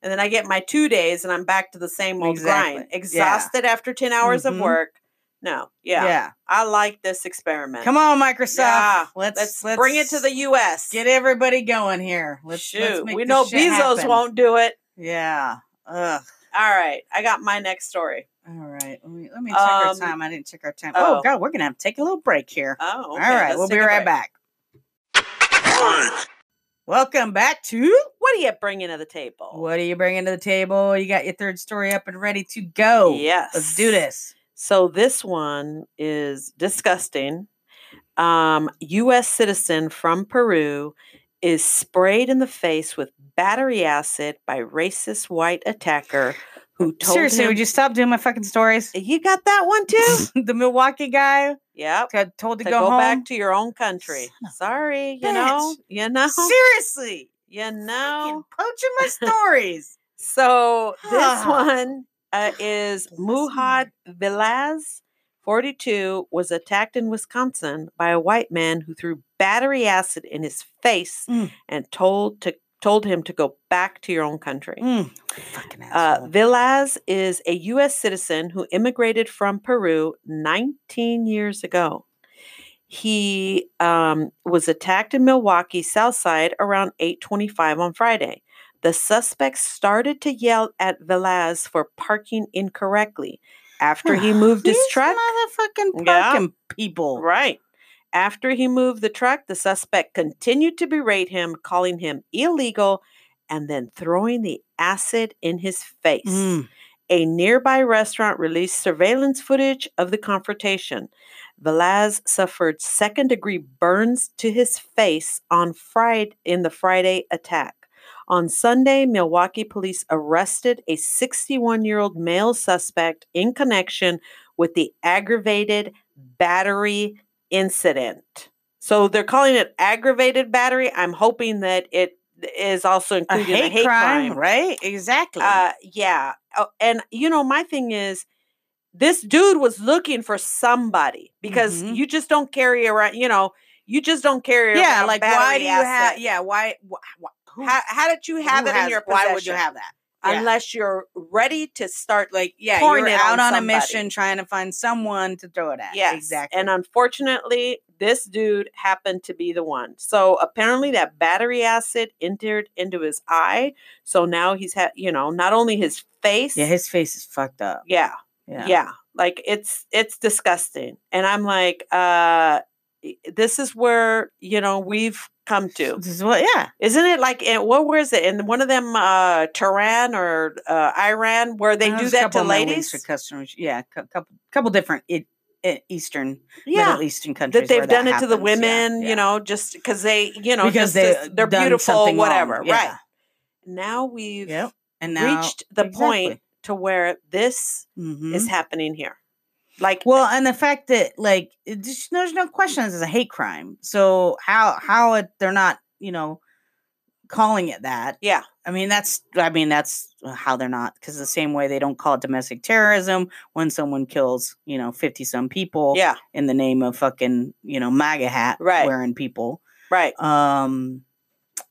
And then I get my two days and I'm back to the same old grind.
Exactly. Yeah.
Exhausted after 10 hours
Mhm.
of work. No. Yeah,
yeah.
I like this experiment.
Come on, Microsoft.
Yeah.
Let's,
Let's, bring it to the US.
Get everybody going here. Let's,
Shoot.
let's make
we
this
know
shit
Bezos
happen.
won't do it.
Yeah. Ugh.
All right. I got my next story.
All right. Let me, let me check our
Um,
time. I didn't check our time.
oh.
Oh, God. We're going to have to take a little break here.
Oh. okay,
All right.
let's
We'll be
take a
right
break.
back. Welcome back to
What are you bringing to the table?
What are you bringing to the table? You got your third story up and ready to go.
Yes.
Let's do this.
So this one is disgusting. Um, U.S. citizen from Peru is sprayed in the face with battery acid by racist white attacker who told
Seriously,
him.
would you stop doing my fucking stories?
you got that one too?
the Milwaukee guy
yep.
got told to,
To
go,
go,
home.
back to your own country.
Son of a
Sorry, you know, you know,
Uh-huh. Seriously.
you
fucking
know.
Poaching my stories.
So this
Ah.
one uh, is Muhad
man.
Velaz, 42, was attacked in Wisconsin by a white man who threw battery acid in his face
Mm.
and told to told him to go back to your own country.
Mm, Fucking
Uh,
asshole.
Velaz is a U.S. citizen who immigrated from Peru 19 years ago. He um, was attacked in Milwaukee South Side around 8:25 on Friday. The suspect started to yell at Velaz for parking incorrectly after he moved his
These
truck.
Motherfucking
Yeah.
parking people.
Right. After he moved the truck, the suspect continued to berate him, calling him illegal and then throwing the acid in his face.
Mm.
A nearby restaurant released surveillance footage of the confrontation. Velaz suffered second degree burns to his face on Friday in the Friday attack. On Sunday, Milwaukee police arrested a 61 year old male suspect in connection with the aggravated battery incident. So they're calling it aggravated battery. I'm hoping that it is also
A
included in
hate,
a hate
crime,
crime.
right? Exactly.
Uh, yeah. Oh, and you know, my thing is, this dude was looking for somebody because
Mhm.
you just don't carry around. You know, you just don't carry.
yeah,
around
like why
battery
do you have?
acid.
Yeah, why? Wh- wh- who-
How, how did you have it
who
in
has-
your
Why
possession?
would you have that? Yeah.
Unless you're ready to start, like
yeah,
pouring
you're
it
out on, a
somebody.
mission trying to find someone to throw it at.
Yes,
exactly.
And unfortunately, this dude happened to be the one. So apparently, that battery acid entered into his eye. So now he's had, you know, not only his face.
yeah, his face is fucked up.
yeah.
Yeah,
yeah like it's it's disgusting and i'm like uh i- this is where you know we've come to
This is what. Yeah,
isn't it like in, what where is it in one of them uh tehran or uh iran where they
Uh,
do
there's a
that to
couple of my links
ladies
for customers. Yeah, a couple couple different it, Eastern
yeah
Middle Eastern countries
that they've
where
done it to the
happens. Yeah,
women
yeah.
you know just because they you know
because
just
they uh,
as- they're
done
beautiful
something wrong.
whatever right
Yeah.
now we've
Yep. And now
reached the point to where this
Mhm.
is happening here like
Well, and the fact that like it just, there's no question this is a hate crime. So how how it, they're not you know calling it that?
Yeah.
I mean that's I mean that's how they're not because the same way they don't call it domestic terrorism when someone kills you know fifty some people
yeah
in the name of fucking you know MAGA hat
Right.
wearing people.
right
Um,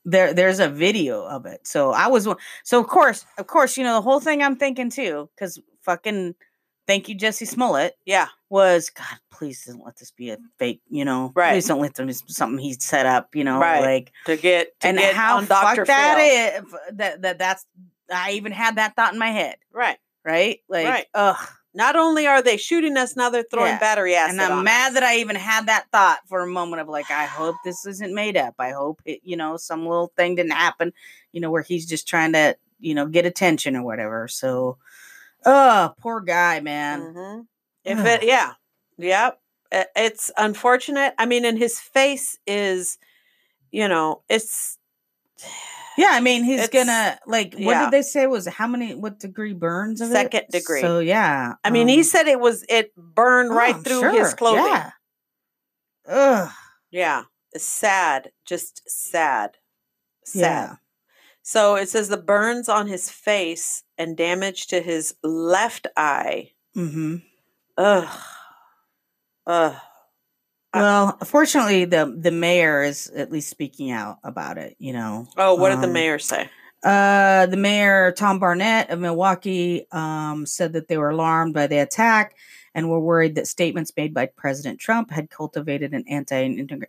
there there's a video of it. So I was wa- so of course of course you know the whole thing I'm thinking too because fucking thank you Jesse Smollett
yeah
was God, please don't let this be a fake, you know.
Mm. Right.
Please don't let this be something he set up, you know.
Right.
Like
to get to
and
get
how
on Dr.
fucked that
Phil.
is that, that that's I even had that thought in my head,
Right.
right? Like
Right.
ugh.
Not only are they shooting us, now they're throwing
Yeah.
battery acid.
And I'm
on
mad
us.
that I even had that thought for a moment of like, I hope this isn't made up. I hope it, you know, some little thing didn't happen, you know, where he's just trying to, you know, get attention or whatever. So oh, poor guy, man.
Mhm. If it, yeah, yep. I- It's unfortunate. I mean, and his face is, you know, it's
Yeah, I mean, he's
It's-
gonna like. What
yeah.
did they say was how many? What degree burns? Of it?
Second degree.
So yeah,
I mean,
um,
he said it was it burned
oh,
right
I'm
through his
sure,
clothing. Yeah.
Yeah. Ugh.
It's sad. Just sad. Sad.
Yeah.
So it says the burns on his face and damage to his left eye.
Mm-hmm.
Ugh. Ugh. Uh
Well, fortunately, the the mayor is at least speaking out about it. You know.
Oh, what did the
Um,
mayor say?
Uh, the mayor Tom Barnett of Milwaukee um, said that they were alarmed by the attack and were worried that statements made by President Trump had cultivated an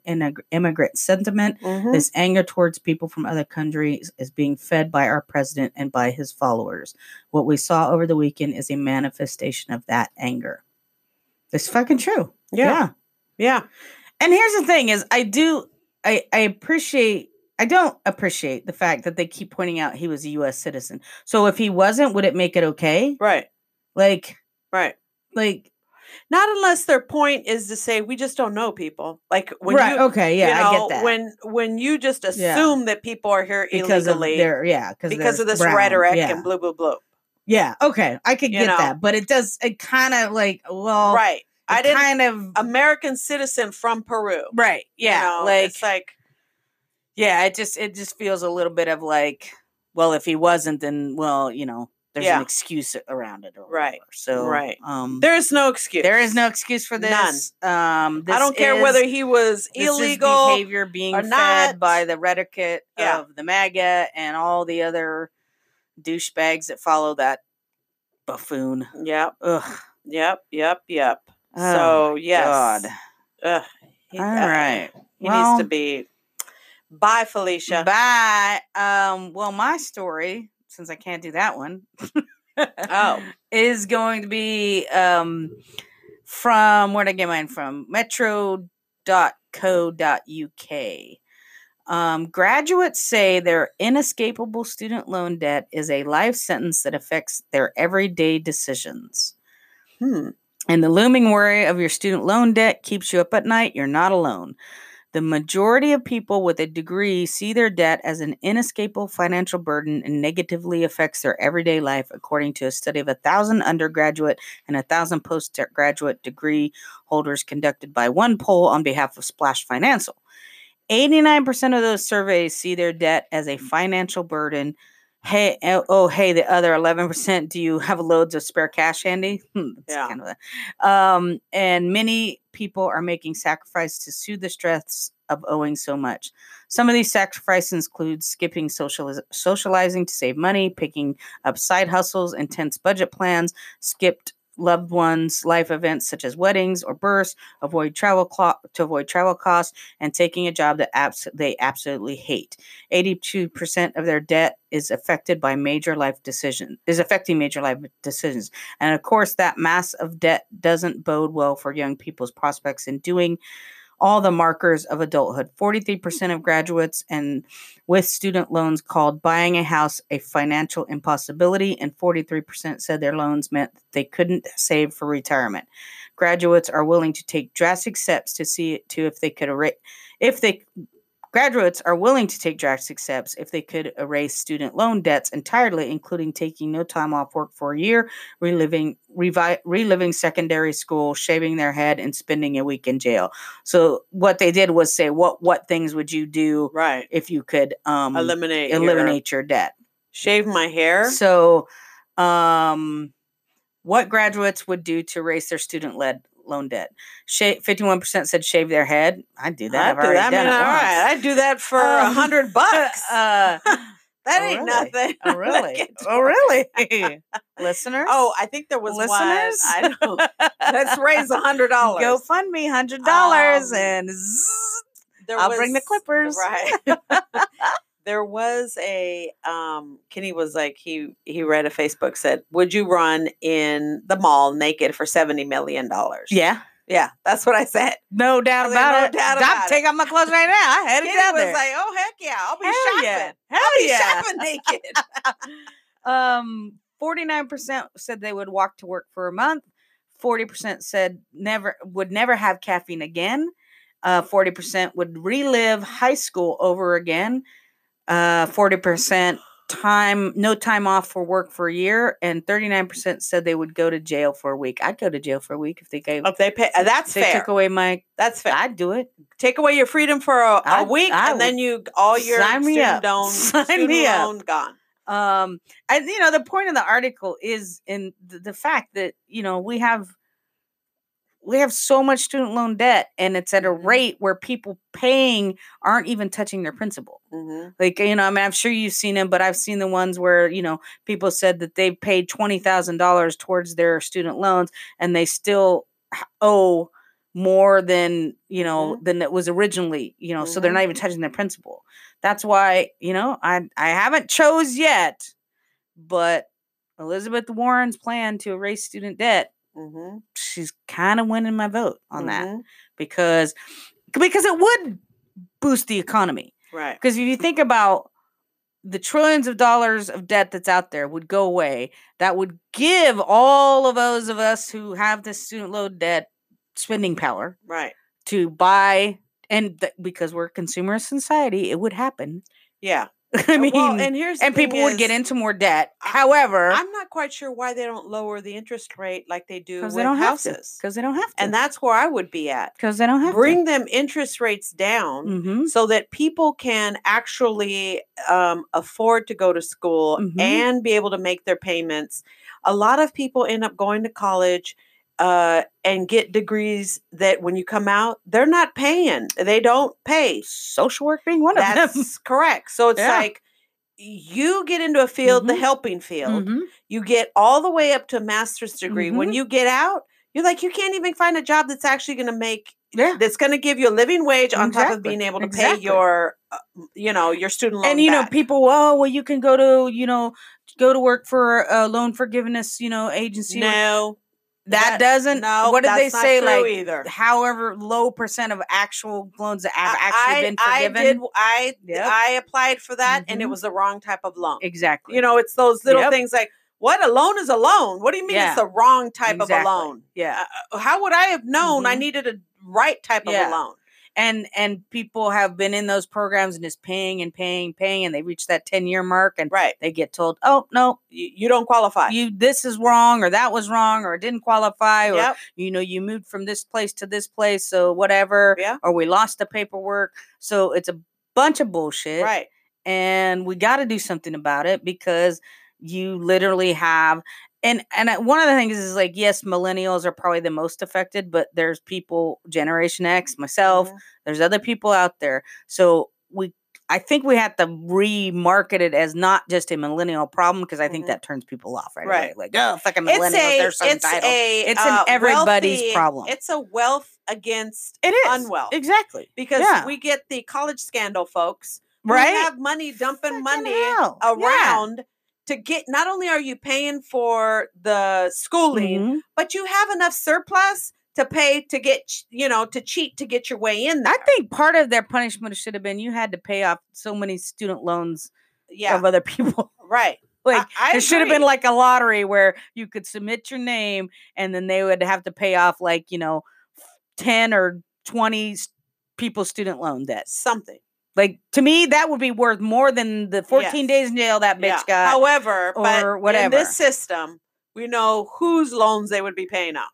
anti-immigrant sentiment. This anger towards people from other countries is being fed by our president and by his followers. What we saw over the weekend is a manifestation of that anger. It's fucking true. yeah.
Yeah.
And here's the thing is I do I I appreciate I don't appreciate the fact that they keep pointing out he was a US citizen. So if he wasn't, would it make it okay?
Right.
Like
Right.
like
Not unless their point is to say we just don't know people. Like when
right,
you
okay, yeah,
you know,
I get that.
when when you just
Yeah.
assume that people are here
because of
illegally
their yeah,
because
they're
of this
brown,
rhetoric
yeah.
and blue blue blue.
yeah, okay, I could
you
get
know.
that, but it does it kind of like well,
right. I
it
didn't
kind of
American citizen from Peru.
um, right,
you
yeah,
know,
like
it's like
yeah, it just it just feels a little bit of like well, if he wasn't, then well, you know, there's
Yeah.
an excuse around it, or
Right,
whatever. So
right.
um,
there is no excuse.
There is no excuse for
None.
this. Um,
I
this
don't care whether
is-
he was
this is
illegal.
behavior being
or
fed
not.
by the rhetoric
Yeah.
of the MAGA and all the other douchebags that follow that buffoon.
Yep,
Ugh.
yep, yep, yep.
Oh,
so yes,
God.
Ugh, he,
All
uh,
right.
he
Well,
needs to be. Bye, Felicia.
Bye. Um, well, my story, since I can't do that one,
Oh,
is going to be um, from where did I get mine from? Metro.co.uk. Um, graduates say their inescapable student loan debt is a life sentence that affects their everyday decisions.
hmm.
And the looming worry of your student loan debt keeps you up at night. You're not alone. The majority of people with a degree see their debt as an inescapable financial burden and negatively affects their everyday life, according to a study of a thousand undergraduate and a thousand postgraduate degree holders conducted by one poll on behalf of Splash Financial. 89% of those surveys see their debt as a financial burden. Hey, oh, oh, hey, the other 11%, do you have loads of spare cash handy? Hmm, that's
Yeah.
kind of a- um, and many people are making sacrifices to soothe the stress of owing so much. Some of these sacrifices include skipping socializ- socializing to save money, picking up side hustles, intense budget plans, skipped loved ones' life events such as weddings or births, avoid travel clo- to avoid travel costs, and taking a job that abs- they absolutely hate. 82% of their debt is affected by major life decision is affecting major life decisions. And of course that mass of debt doesn't bode well for young people's prospects in doing all the markers of adulthood. 43% of graduates and with student loans called buying a house a financial impossibility and 43% said their loans meant that they couldn't save for retirement. Graduates are willing to take drastic steps to see to if they could erase if they graduates are willing to take drastic steps if they could erase student loan debts entirely including taking no time off work for a year reliving revi- reliving secondary school shaving their head and spending a week in jail so what they did was say what what things would you do
right.
if you could um
Eliminate. your-
eliminate your debt
shave my hair.
so, um, what graduates would do to erase their student led loan debt? Sha- 51% said shave their head. I'd do that.
I
I've already
that. I
done
mean,
it
all
once.
right. I do that for a
Um,
hundred bucks.
Uh,
that
oh,
ain't
really?
nothing.
oh, really? oh, really? Listeners?
Oh, I think there was
Listeners?
one. I don't- Let's raise a hundred dollars.
Go fund me $100 dollars
Um,
and zzz.
There
I'll bring the clippers.
Right. there was a um Kenny was like he he read a Facebook said, Would you run in the mall naked for seventy million dollars?
Yeah.
Yeah, that's what I said.
No
I
doubt
was like,
about
no
it.
doubt
I'm
about it.
taking off my clothes right now. I headed
Kenny
down
was
there.
like, Oh heck yeah, I'll be
Hell
shopping.
yeah.
I'll
Hell
be
yeah.
shopping naked.
Um, forty-nine percent said they would walk to work for a month. Forty percent said never would never have caffeine again. Uh, forty percent would relive high school over again. Uh, forty percent time no time off for work for a year and 39% said they would go to jail for a week i'd go to jail for a week if they gave
If they pay, uh, that's
they
fair.
took away my
that's fair.
i'd do it
Take away your freedom for a, a
I-
week,
I
and then you all your
Sign me
student
up.
loan,
Sign
student
me up.
loan gone.
um and you know the point of the article is in the, the fact that you know we have we have so much student loan debt and it's at a
Mhm.
rate where people paying aren't even touching their principal
Mhm.
like you know i mean i'm sure you've seen them but i've seen the ones where you know people said that they paid $20000 towards their student loans and they still h- owe more than you know than it was originally you know so they're not even touching their principal that's why you know i i haven't chose yet but elizabeth warren's plan to erase student debt
Mhm.
she's kind of winning my vote Mm-hmm, on that
Mhm.
because because it would boost the economy
Right.
because if you think about the trillions of dollars of debt that's out there would go away, that would give all of those of us who have this student loan debt spending power
Right.
to buy, and th- because we're a consumer society, it would happen.
Yeah.
I
Uh,
mean,
well,
and,
and here's the thing
people would get
is,
into more debt.
I-
However,
I'm not quite sure why they don't lower the interest rate like they do with
because they don't have to,
houses,
because they don't have to,
and that's where I would be at.
because they don't have
Bring them interest rates down.
to. hmm
so that people can actually um, afford to go to school
Mhm.
and be able to make their payments. A lot of people end up going to college uh, and get degrees that when you come out, they're not paying. They don't pay.
Social work being one of them.
That's correct. So it's
Yeah.
like you get into a field, the
Mhm.
helping field,
Mhm.
you get all the way up to a master's degree. When
Mm-hmm.
you get out, you're like, you can't even find a job that's actually going to make
Yeah.
that's going to give you a living wage on top of
Exactly,
being able to pay
exactly.
your, uh, m- you know, your student loan.
and you know
back.
people oh well you can go to you know go to work for a loan forgiveness you know agency or-
no,
that,
that-
doesn't
no.
what did they
that's not
say
true
like
either?
however low percent of actual loans that have
I-
actually been forgiven
I did. I
Yep.
I applied for that, and it
Mhm.
was the wrong type of loan.
exactly
You know, it's those little
Yep.
things like what a loan is a loan. What do you mean
Yeah.
it's the wrong type of
Exactly.
a loan?
yeah
Uh, How would I have known I
Mhm.
needed a right type
Yeah.
of a loan?
and and people have been in those programs and is paying and paying paying and they reach that 10 year mark and
Right.
they get told oh no
You, you don't qualify.
you this is wrong or that was wrong or it didn't qualify or
Yep.
you know you moved from this place to this place so whatever
Yeah.
or we lost the paperwork so it's a bunch of bullshit
Right.
and we got to do something about it because you literally have and and I- one of the things is like yes millennials are probably the most affected but there's people generation x myself
Mhm.
there's other people out there so we i think we have to remarket it as not just a millennial problem because i think
Mhm.
that turns people off right,
Right.
away. like oh fucking millennials
It's a
they're so
it's
entitled
a uh,
It's an everybody's problem.
It's a wealth against
it is
unwell.
exactly
because
Yeah.
we get the college scandal folks who
right
have money dumping
Fucking
money
hell. Yeah.
around to get not only are you paying for the schooling
Mhm.
but you have enough surplus to pay to get ch- you know to cheat to get your way in there.
I think part of their punishment should have been you had to pay off so many student loans
yeah
of other people.
right
like
I, I
it should have been
agree.
like a lottery where you could submit your name and then they would have to pay off like, you know, 10 or 20 s- people's student loan debt.
something
Like to me that would be worth more than the 14
Yes.
days in jail that bitch
yeah.
got.
however
or
but in
whatever.
this system we know whose loans they would be paying off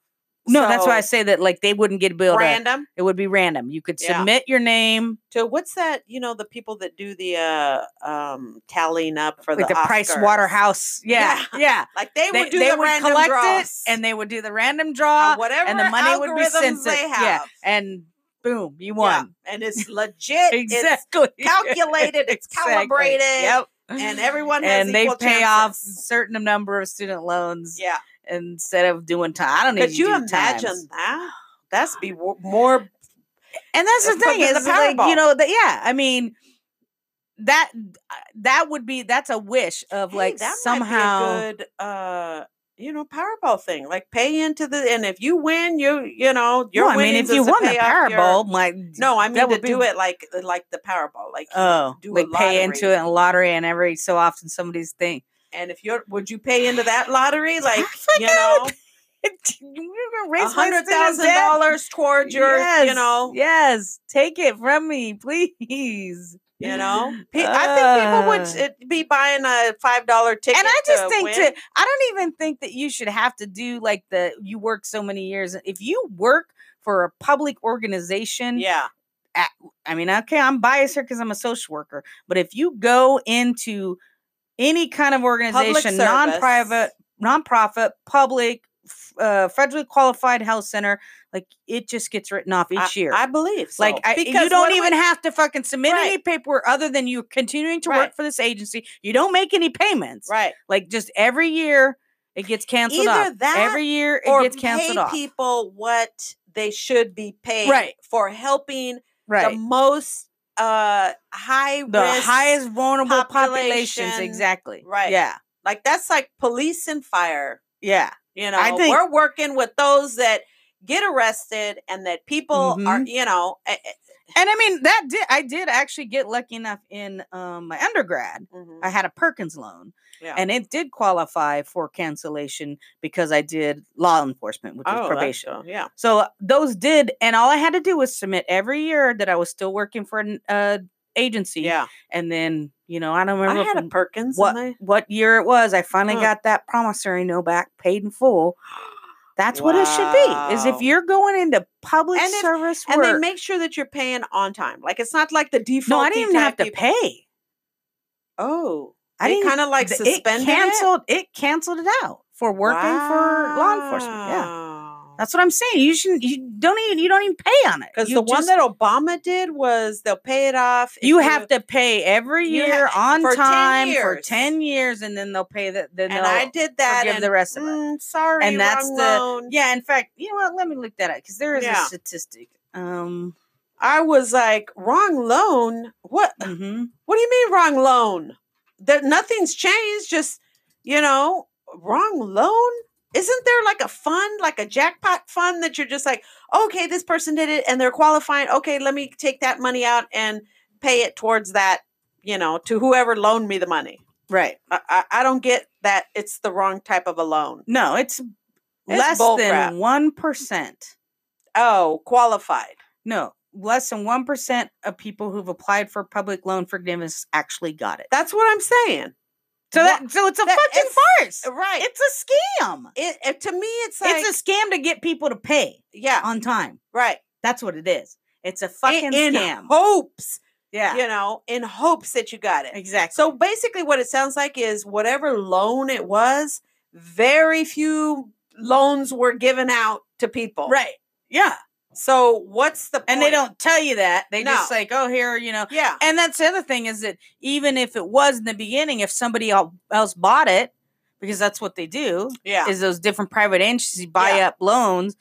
no, that's why I
So,
say that like they wouldn't get billed. a-
random
It would be random. You could
Yeah.
submit your name
to what's that you know the people that do the uh um tallying up for
like the,
the
Price
Oscars?
Waterhouse. Yeah.
Yeah.
yeah.
like they, would do the random
collect
draws
it and they would do the random
on
draw
whatever
and the money would be
algorithms
sent
they have
yeah and boom you
Yeah,
won
and it's legit it's
exactly
calculated, it's calibrated,
yep
and everyone has
and they
equal
pay off
chances.
certain number of student loans
yeah
instead of doing time i don't know
could you imagine that that's be wo- more
and that's the
Put
thing
it in the
is like you
Powerball.
know that yeah i mean that that would be that's a wish of
hey,
like
that
somehow
might be a good uh you know powerball thing like pay into the and if you win you you know your
no, i mean
winnings
if you
is to
won the
pay off your-
powerball my
no i mean
that
to
would be
do it like uh, like the powerball like
Oh,
do a
like pay into
lottery.
it in a lottery, and every so often somebody's thing.
and if you're would you pay into that lottery like you
fucking
know
You're gonna
a
raise my
hundred
student
thousand
debt?
dollars towards your, you know,
yes, take it from me, please.
You know, Pe- I think people would uh, be buying a five dollar ticket.
and I just
to
think
win.
to I don't even think that you should have to do like the you work so many years. If you work for a public organization,
yeah,
I mean, okay, I'm biased here because I'm a social worker, but if you go into any kind of organization, non-private,
service.
non-profit, public, f- uh, federally qualified health center, like it just gets written off each
I-
year.
I believe so.
like I,
Because
you
what
don't
do
even
we-
have to fucking submit
Right.
any paperwork other than you're continuing to work
Right.
for this agency. You don't make any payments.
right
Like just every year it gets canceled
Either
off.
that
every year it
or
gets canceled
pay
off.
people what they should be paid
Right.
for helping the
right.
most uh high
The,
risk
highest vulnerable populations
population-
exactly.
Right.
Yeah.
like that's like police and fire
Yeah.
you know
I think-
we're working with those that get arrested and that people
Mm-hmm.
are you know eh, eh,
And I mean that did I did actually get lucky enough in um, my undergrad.
mhm.
I had a Perkins loan,
Yeah.
and it did qualify for cancellation because I did law enforcement, which
Oh,
was
that's
probation.
cool. yeah
So those did, and all I had to do was submit every year that I was still working for an uh, agency.
yeah
And then you know I don't
i
remember
had a
from
perkins
what
and I-
what year it was. I finally
Huh.
got that promissory note back, paid in full. That's what it should be. Is
Wow.
if you're going into public
And if-
service
and
work,
they make sure that you're paying on time like it's not like the default
no, I didn't even have to pay.
oh
I
they
didn't
kind of like
th-
suspended
it
it?
canceled it? canceled it out for working for law enforcement. Yeah.
Wow.
That's what I'm saying. You shouldn't you don't even you don't even pay on it.
Because
You
the one
just-
that Obama did was they'll pay it off. if
you have to pay every
you ha-
year on
for 10
time for
years.
10 years and then they'll pay the then
And
they'll
I did that.
forgive
And
the rest of it.
mm, sorry,
And that's
wrong
the-
loan.
Yeah, in fact, you know what? Let me look that up because there is
Yeah.
a statistic. Um
I was like, wrong loan. What?
mhm.
What do you mean wrong loan? That nothing's changed. Just you know, wrong loan. Isn't there like a fund, like a jackpot fund that you're just like, okay, this person did it and they're qualifying. Okay, let me take that money out and pay it towards that, you know, to whoever loaned me the money.
Right.
I, I, I don't get that it's the wrong type of a loan.
No, it's, less
bull
than
crap.
1%.
Oh, qualified.
No, less than 1% of people who've applied for public loan forgiveness actually got it.
That's what I'm saying.
So
Wha-
that so it's a
that-
fucking farce.
Right.
It's a scam.
It, it- to me, it's like,
It's a scam to get people to pay
yeah,
on time.
right.
That's what it is. It's a
In,
fucking
in
scam.
hopes,
yeah.
you know, in hopes that you got it.
Exactly.
So basically, what it sounds like is whatever loan it was, very few loans were given out to people.
right. Yeah.
So what's the point?
And they don't tell you that. They just
No.
like, oh, here, you know.
Yeah.
And that's the other thing is that even if it was in the beginning, if somebody el- else bought it, because that's what they do,
Yeah.
is those different private agencies buy
Yeah.
up loans,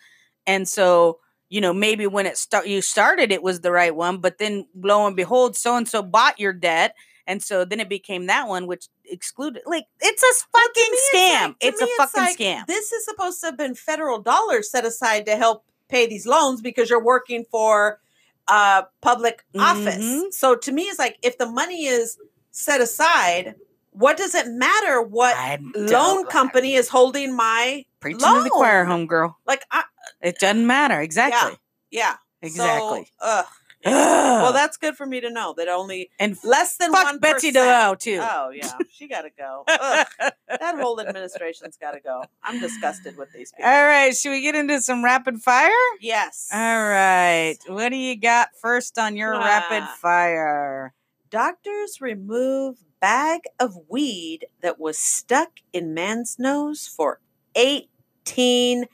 and so you know maybe when it start you started it was the right one, but then lo and behold, so and so bought your debt, and so then it became that one which excluded like it's a fucking scam.
to
it's
me,
a fucking
like,
scam.
This is supposed to have been federal dollars set aside to help pay these loans because you're working for uh public
Mhm.
office. So to me it's like if the money is set aside, what does it matter what
I don't
loan
like-
company is holding my
preaching to the choir,
loan.
homegirl.
like I,
It doesn't matter exactly.
yeah.
Exactly.
So, ugh. well
well,
that's good for me to know that only
and
less than one
fuck Betsy DeVoe too.
Oh yeah, she got to go. Ugh. that whole administration's got to go. I'm disgusted with these people.
All right, should we get into some rapid fire?
Yes.
All right. What do you got first on your rapid
Ah.
fire?
Doctors remove bag of weed that was stuck in man's nose for 18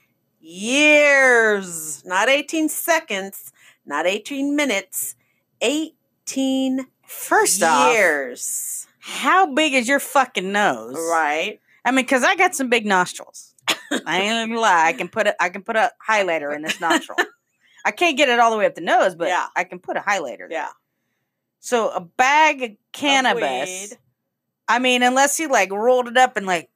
years. Not 18 seconds, not 18 minutes, 18
First
years.
off, how big is your fucking nose?
Right.
I mean, because I got some big nostrils. I ain't gonna lie. I can put a I can put a highlighter in this nostril. I can't get it all the way up the nose, but
Yeah.
I can put a highlighter. there.
Yeah.
So a bag of cannabis.
weed.
I mean, unless you like rolled it up and like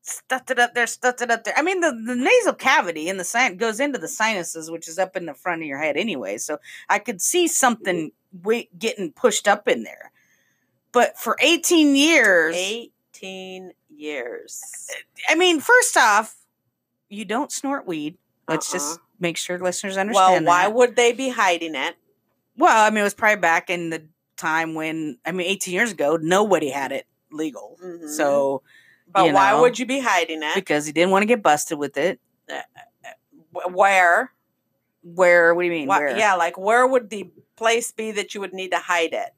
stuffed it up there, stuffed it up there. I mean, the, the nasal cavity in the sin goes into the sinuses, which is up in the front of your head anyway. So I could see something wi- getting pushed up in there. But for 18 years,
18 years.
I mean, first off, you don't snort weed. Let's just make sure listeners
Uh-uh. Well,
understand.
why
that.
would they be hiding it?
Well, I mean, it was probably back in the time when I mean 18 years ago nobody had it legal.
Mhm.
So
but
you
why
know.
would you be hiding it?
because he didn't want to get busted with it.
Wh- Where?
Where? What do you mean?
Why-
where?
Yeah, like where would the place be that you would need to hide it?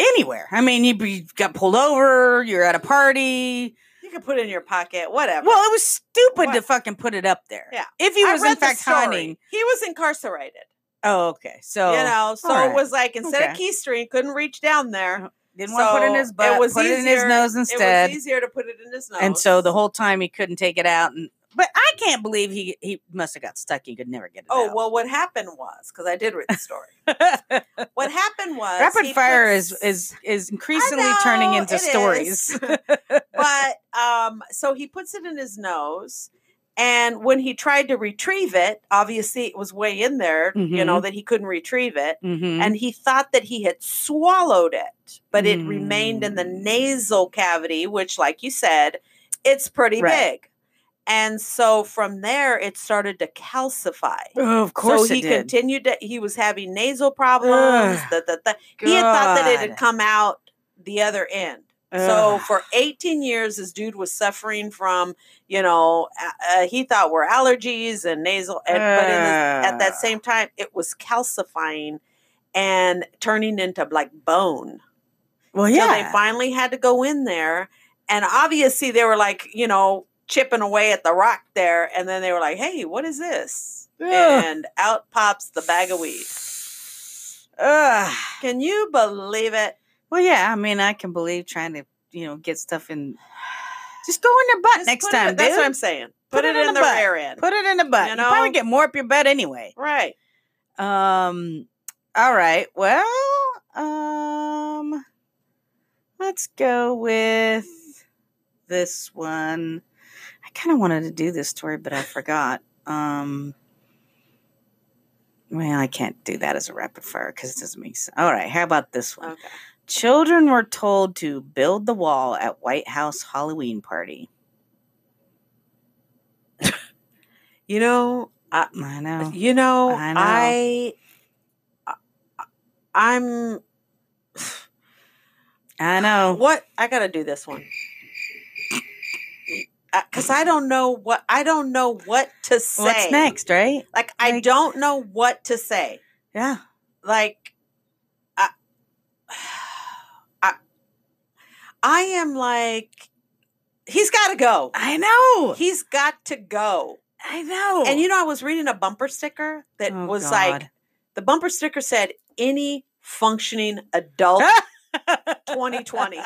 anywhere. I mean, you, you got pulled over. You're at a party.
You could put it in your pocket, whatever.
Well, it was stupid to
What?
fucking put it up there.
Yeah.
If he
I
was in
read the
fact
story.
hiding.
He was incarcerated.
Oh, okay. So
you know, so
all
it
right.
was like instead of
Okay.
keystring, couldn't reach down there.
didn't want to put it in
so
his butt. It was put it in his
easier-
nose
It
instead.
was easier to put it in his nose.
And so the whole time he couldn't take it out. And but I can't believe he he must have got stuck. He could never get it
Oh
out.
well, what happened was because I did read the story.
well,
what happened was
rapid
he
fire
put
is
s-
is is increasingly turning
know,
into
it
stories.
is. but um, so he puts it in his nose. And when he tried to retrieve it, obviously it was way in there, you
Mm-hmm.
know, that he couldn't retrieve it.
Mhm.
And he thought that he had swallowed it, but it remained in the
Mm.
nasal cavity, which, like you said, it's pretty
Right.
big. And so from there, it started to calcify.
Oh, of course
so he
it did.
continued to, he was having nasal problems.
Ugh,
da, da, da. He had thought that it
God.
had come out the other end. So
Ugh.
for 18 years, this dude was suffering from, you know, uh, uh, he thought were allergies and nasal, and, but in the, at that
Ugh.
same time, it was calcifying and turning into like bone.
well,
So
Oh, yeah,
they finally had to go in there, and obviously they were like, you know, chipping away at the rock there, and then they were like, "Hey, what is this?"
Ugh.
And out pops the bag of weed.
Ugh.
Can you believe it?
Well, yeah. I mean, I can believe trying to you know get stuff in. Just go in their butt
Just
next
put it-
time,
that's
dude.
what I'm saying. Put,
Put
it,
it in
in
the
the,
butt.
rear end.
Put it in the butt.
You
You, probably
know?
get more up your butt anyway.
right.
Um. All right. Well. Um. Let's go with this one. I kind of wanted to do this story, but I forgot. Um. Well, I can't do that as a rapid fire because it doesn't make sense. All right. How about this one?
Okay.
Children were told to build the wall at White House Halloween party.
You know,
I know.
you know,
Oh, I know.
I, I I'm
I know.
what I got to do this one. Cuz I don't know what I don't know what to say.
What's next, right?
Like I
Like-
don't know what to say.
Yeah.
Like I I, I am like he's got to go.
I know.
He's got to go.
I know.
And you know I was reading a bumper sticker that
Oh,
was
God.
like The bumper sticker said, "Any functioning adult 2020."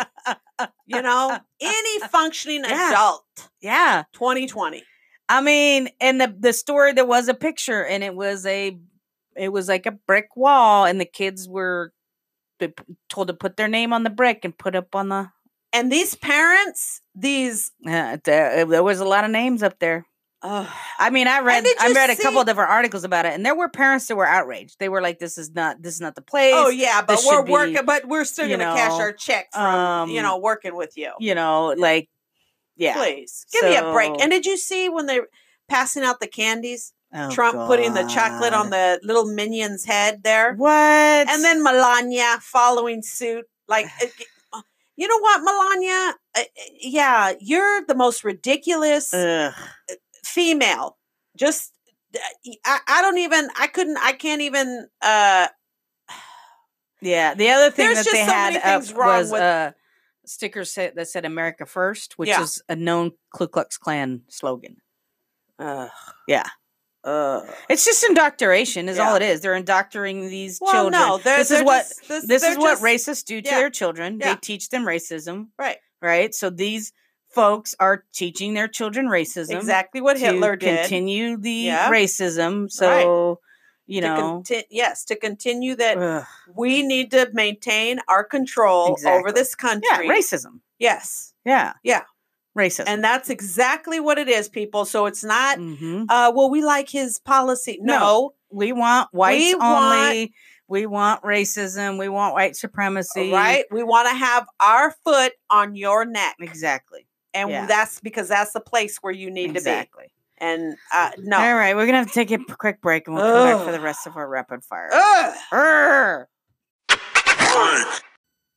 You know, any functioning
Yeah.
adult
yeah.
2020.
I mean, and the the story there was a picture, and it was a it was like a brick wall, and the kids were they p- told to put their name on the brick and put up on the.
And these parents, these,
Uh, there, there was a lot of names up there.
oh,
I mean, I read
did
I
you
read a couple
see-
of different articles about it, and there were parents that were outraged. They were like, "This is not this is not the place."
oh yeah, but
this
we're
should be,
working, but we're still
you
going to cash
know,
our check from you
um,
know working with you.
you know, like yeah.
Please give me a break.
So-
And did you see when they? are Passing out the candies,
Oh,
Trump putting the chocolate on
God.
the little minion's head there.
what,
and then Melania following suit. Like, it- it- uh, you know what, Melania? Uh, uh, yeah, you're the most ridiculous
Ugh.
female. Just, uh, y- I, I don't even. I couldn't. I can't even. Uh,
Yeah, the other thing
There's
that
just
they
so
had
many things
up
wrong
was
with-
a sticker set that said "America First, which
Yeah.
is a known Ku Klux Klan slogan.
Ugh.
Yeah.
Ugh.
It's just indoctrination, is all
Yeah.
it is. They're indoctoring these
well,
children.
no, they're,
this
they're
is what
just- this,
this is
they're
what
just-
racists do to
yeah.
their children.
Yeah.
They teach them racism,
Right.
right? So these folks are teaching their children racism.
Exactly what
to
Hitler did.
continue the
Yeah.
racism. So you
to
know,
conti- yes, to continue that
ugh.
we need to maintain our control over
Exactly.
this country.
yeah, racism.
Yes.
Yeah,
Yeah.
racism.
And that's exactly what it is, people. So it's not,
Mhm.
uh, well, we like his policy.
No.
No,
We want whites
We want-
only. we want racism. We want white supremacy.
right? We want to have our foot on your neck.
Exactly.
And
yeah.
that's because that's the place where you need
exactly.
to be. And uh, no.
All right. We're going to have to take a p- quick break and we'll come back for
Ugh.
the rest of our rapid fire.
Ugh.
Urgh.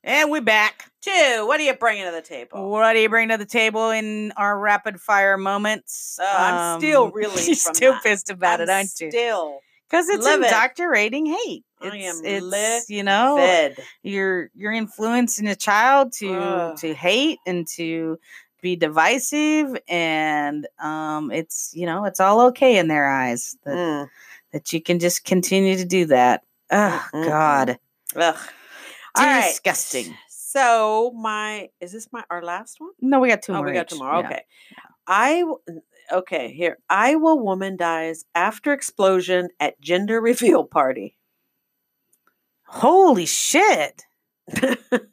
And we're back.
Two, what are you bringing to the table?
What do you bring to the table in our rapid fire moments?
Uh, I'm still reeling
She's
from
still
that.
pissed about it,
I'm
aren't you?
Still,
Because it's
livid.
indoctrinating hate.
I
It's,
am
it's you know
fed.
you're you're influencing a child to
Ugh.
to hate and to be divisive and um it's you know it's all okay in their eyes that,
Mm.
that you can just continue to do that. Oh
Mm, mm, mm.
God.
Ugh. All right.
Disgusting.
So my is this my our last one?
No, we got two
oh,
more.
we got
each.
tomorrow.
Yeah.
Okay. I w- okay here. Iowa woman dies after explosion at gender reveal party.
Holy shit.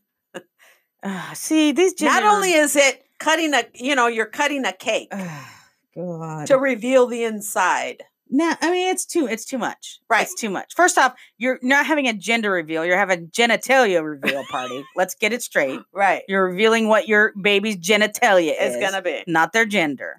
Ugh, see, these
Not
gender-
only is it cutting a you know you're cutting a cake
Ugh, God.
to reveal the inside.
No, I mean it's too it's too much.
Right.
It's too much. First off, you're not having a gender reveal, you're having a genitalia reveal party. Let's get it straight.
Right.
You're revealing what your baby's genitalia
It's
is,
gonna be
not their gender.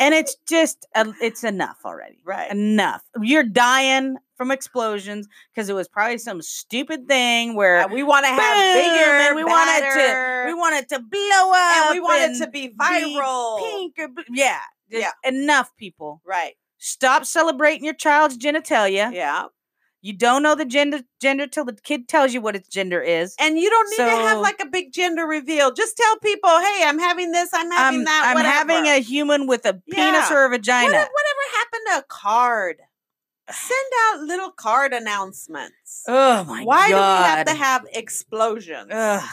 And it's just a, it's enough already.
right.
Enough. You're dying from explosions because it was probably some stupid thing
Uh,
where
we want to have
boom,
bigger.
and we want it to
better,
we want it to blow up
and we want it to
and
be viral.
pink or blue. yeah. just
Yeah.
Enough people.
Right.
Stop celebrating your child's genitalia.
Yeah.
You don't know the gender gender till the kid tells you what its gender is.
And you don't need to have
So-
like a big gender reveal. Just tell people, hey, I'm having this, I'm having
I'm,
that.
I'm having
whatever."
a human with a penis
Yeah.
or a
What-
vagina.
whatever happened to a card? Send out little card announcements.
oh my
Why do
god.
we have to have explosions?
Ugh,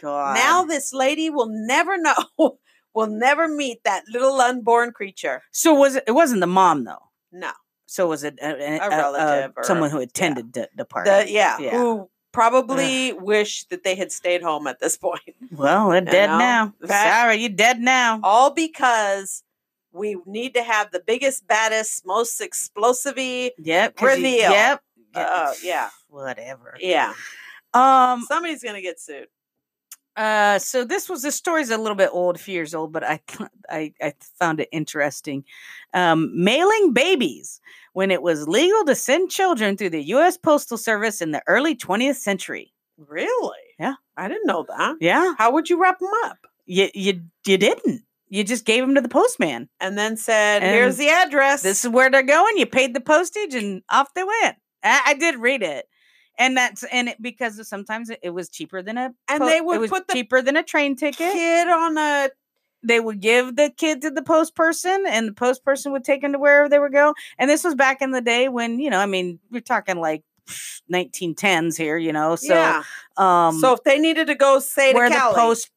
god.
Now this lady will never know, will never meet that little unborn creature.
so was it, it wasn't the mom though.
No.
So was it uh, a, a- a- a-
relative or-
someone who attended the, the party?
The, e yeah,
Yeah.
Who probably wish that they had stayed home at this point.
well, they're dead
know,
now.
that-
Sorry, you're dead now.
All because we need to have the biggest, baddest, most explosive
yep. 'cause you-
reveal.
yep.
Uh, yeah.
Whatever.
Yeah.
Um.
Somebody's going to get sued.
Uh, so this was the story's a little bit old, a few years old, but I th- I, I found it interesting. Um, mailing babies when it was legal to send children through the U.S. Postal Service in the early 20th century.
Really?
Yeah.
I didn't know that.
Yeah,
How would you wrap them up?
you you you didn't. You just gave them to the postman.
And then said, here's
And
the address.
This is where they're going. You paid the postage, and off they went. I, I did read it, and that's and it because sometimes it, it was cheaper than a
And
po-
they
it
would
was
put the
cheaper than a train ticket.
kid on a
they would give the kid to the post person and the post person would take him to wherever they were going and this was back in the day when you know i mean we're talking like 1910s here you know so
yeah.
um
so if they needed to go say to
where the
Cali,
post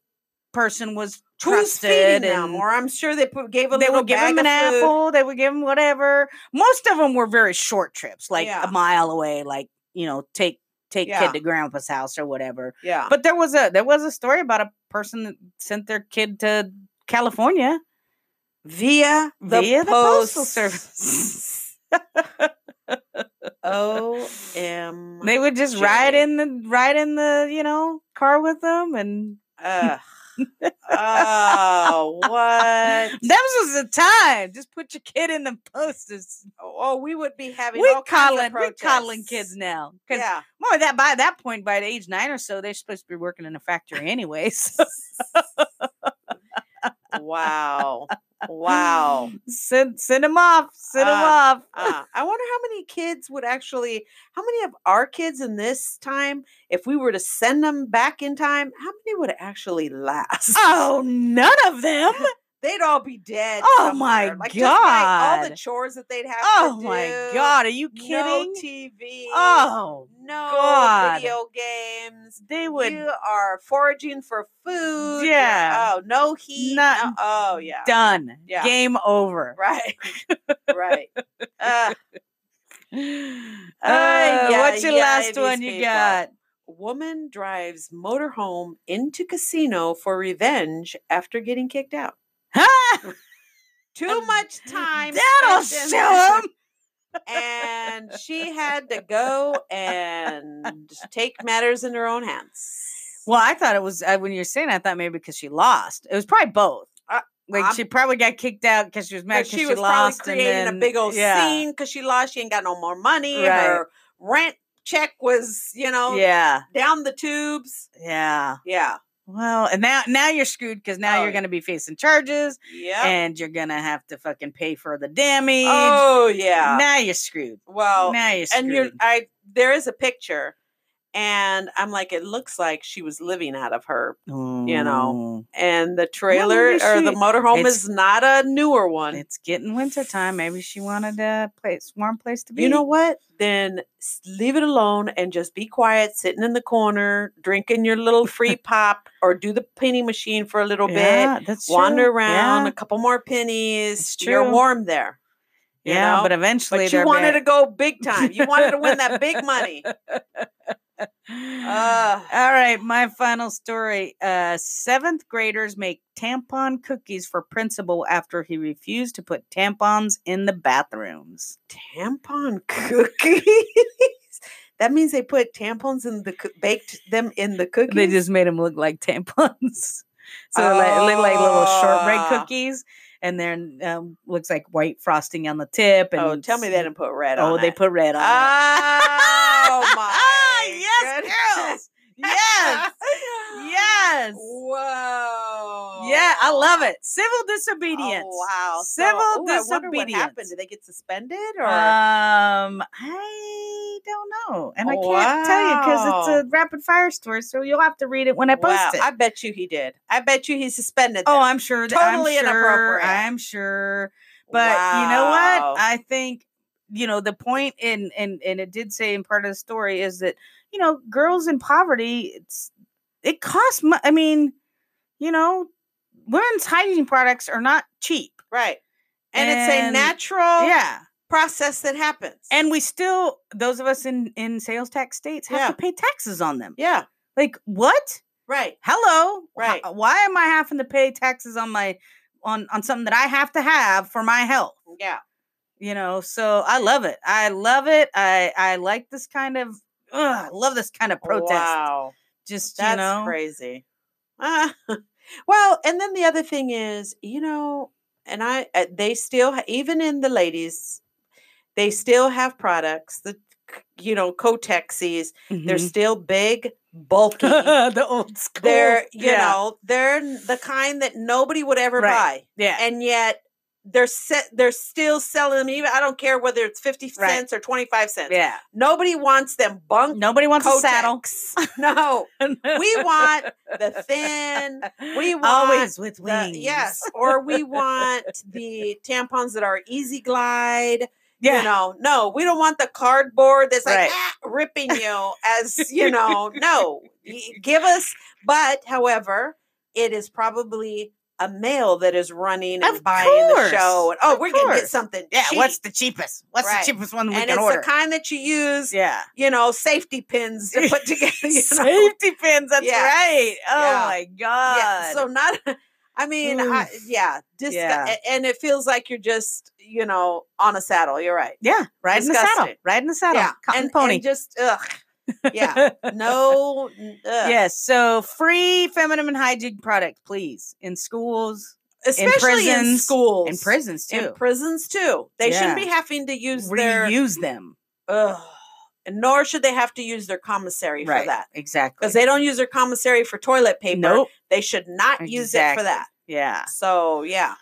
person was
who's
trusted
feeding
and
them? Or I'm sure they put, gave a
they
little
would give
bag
him an
of food.
apple they would give him whatever most of them were very short trips like
Yeah.
a mile away like you know take take
Yeah.
kid to grandpa's house or whatever
Yeah.
but there was a there was a story about a person that sent their kid to california
Via the,
Via the postal
post.
service.
O-M.
They would just ride
Jay.
in the ride in the you know car with them, and
Ugh. oh, what?
uh, that was the time. Just put your kid in the posters.
Oh, we would be having
We
all
coddling,
kinds of
we coddling
protests.
kids now. Because
Yeah.
more that by that point, by the age nine or so, they're supposed to be working in a factory anyway. So,
wow. Wow.
send send them off, send them
Uh,
off.
Uh, I wonder how many kids would actually, how many of our kids in this time, if we were to send them back in time, how many would actually last?
Oh, none of them.
They'd all be dead.
Oh my
somewhere. Like, just by all the
God.
chores that they'd have.
Oh
to
my
do,
God, are you
No
kidding?
TV.
oh,
no
God.
video games.
they would
you are foraging for food. you're-
Yeah.
Oh, no heat. no-
Not-
oh, yeah.
done.
Yeah.
Game over.
Right. right. Uh,
Uh, what's your
yeah,
last
these
one you
people.
got?
Woman drives motorhome into casino for revenge after getting kicked out.
Huh?
Too much time.
That'll
spent in
show him.
And she had to go and take matters in her own hands.
Well, I thought it was uh, when you were saying. I thought maybe because she lost. It was probably both.
Uh,
like
I'm-
she probably got kicked out because she was mad
'Cause
because
she was
lost.
probably creating
and then,
a big old
yeah.
scene because she lost. She ain't got no more money.
Right.
Her rent check was, you know,
Yeah.
down the tubes.
Yeah.
Yeah.
Well, and now now you're screwed because now
Oh,
you're
yeah.
going to be facing charges
Yeah.
and you're going to have to fucking pay for the damage.
Oh yeah.
Now you're screwed.
well,
now you're screwed.
and you're I there is a picture and I'm like it looks like she was living out of her you know, and the trailer
maybe
or the
she-
motorhome
it's-
is not a newer
Mm.
one.
it's getting wintertime. Maybe she wanted a place, warm place to be.
You know what? Then s- leave it alone and just be quiet, sitting in the corner, drinking your little free pop or do the penny machine for a little bit.
yeah, that's
wander
true.
around
Yeah,
a couple more pennies.
It's
You're
true.
warm there. you
yeah
know?
but eventually,
But you wanted to go big time. You wanted to win that big money. Ugh.
All right, my final story. Uh, seventh graders make tampon cookies for principal after he refused to put tampons in the bathrooms.
Tampon cookies. that means they put tampons in the coo- baked them in the cookies.
They just made them look like tampons, so they're like, look like little shortbread
Ah.
cookies, and then um, looks like white frosting on the tip. And
oh, tell me
s-
they didn't put red on.
Oh, they
it.
put red on. it.
Oh my!
yes,
goodness.
girls. Yes. Yes.
Whoa.
Yeah, I love it. Civil disobedience.
Oh, wow. So- ooh,
Civil
I wonder what
disobedience.
happened? Did they get suspended or?
Um, I don't know, and I can't tell you because it's a rapid fire story, so you'll have to read it when I post
Wow,
it.
I bet you he did. I bet you he suspended.
oh,
them.
I'm sure. that- I'm
Totally
sure,
inappropriate.
I'm sure, but you know
Wow.
what? I think you know the point, and and and it did say in part of the story is that you know girls in poverty, it's it costs. Mu- I mean, you know, women's hygiene products are not cheap.
right. And, it's a
And-
natural
Yeah.
process that happens.
And we still, those of us in in sales tax states, have
Yeah.
to pay taxes on them.
yeah,
Like what?
right.
Hello, Wh-
Right.
Why am I having to pay taxes on my on on something that I have to have for my health?
Yeah.
You know, so I love it. I love it. I I like this kind of. Ugh, I love this kind of protest.
Wow.
Just
That's
you know,
crazy. Ah, well, and then the other thing is, you know, and I uh, they still ha- even in the ladies, they still have products that c- you know Cotexes. They're
Mhm.
still big, bulky.
the old school.
they're you
yeah.
know they're n- the kind that nobody would ever
Right.
buy.
yeah.
and yet they're set they're still selling them even i don't care whether it's 50
Right.
cents or 25 cents
yeah.
nobody wants them bunk
Nobody wants a saddle.
Kotex. no we want the thin we want
always with
the,
wings.
yes or we want the tampons that are easy glide
Yeah.
you know no we don't want the cardboard that's like
Right.
"Ah," ripping you as you know no Y- give us but however it is probably a male that is running and
Of
buying
course.
the show and oh
Of
we're gonna get
course.
something
Yeah, what's
cheap."
the cheapest? What's
Right.
the cheapest one we
and
can
it's
order?
the kind that you use
yeah.
you know safety pins to put together you know?
Safety pins, that's
Yeah.
right. Oh
Yeah.
my god.
Yeah, so not. I mean, I,
Uh, Oof.
yeah, disgu-
Yeah.
a- and it feels like you're just, you know, on a saddle. You're right.
yeah, riding the saddle.
disgusting.
Riding the saddle.
yeah,
Cotton
and,
pony.
and just ugh. Yeah, no. uh, n- Ugh.
Yes, so free feminine and hygiene products, please, in schools,
especially in,
prisons-
schools,
in prisons
in
too.
prisons too. They shouldn't
Yeah.
be having to use their.
Reuse them.
Ugh, and nor should they have to use their commissary
Right.
for that
Exactly.
because they don't use their commissary for toilet paper.
nope.
They should not use it for
Exactly.
that.
Yeah.
So yeah.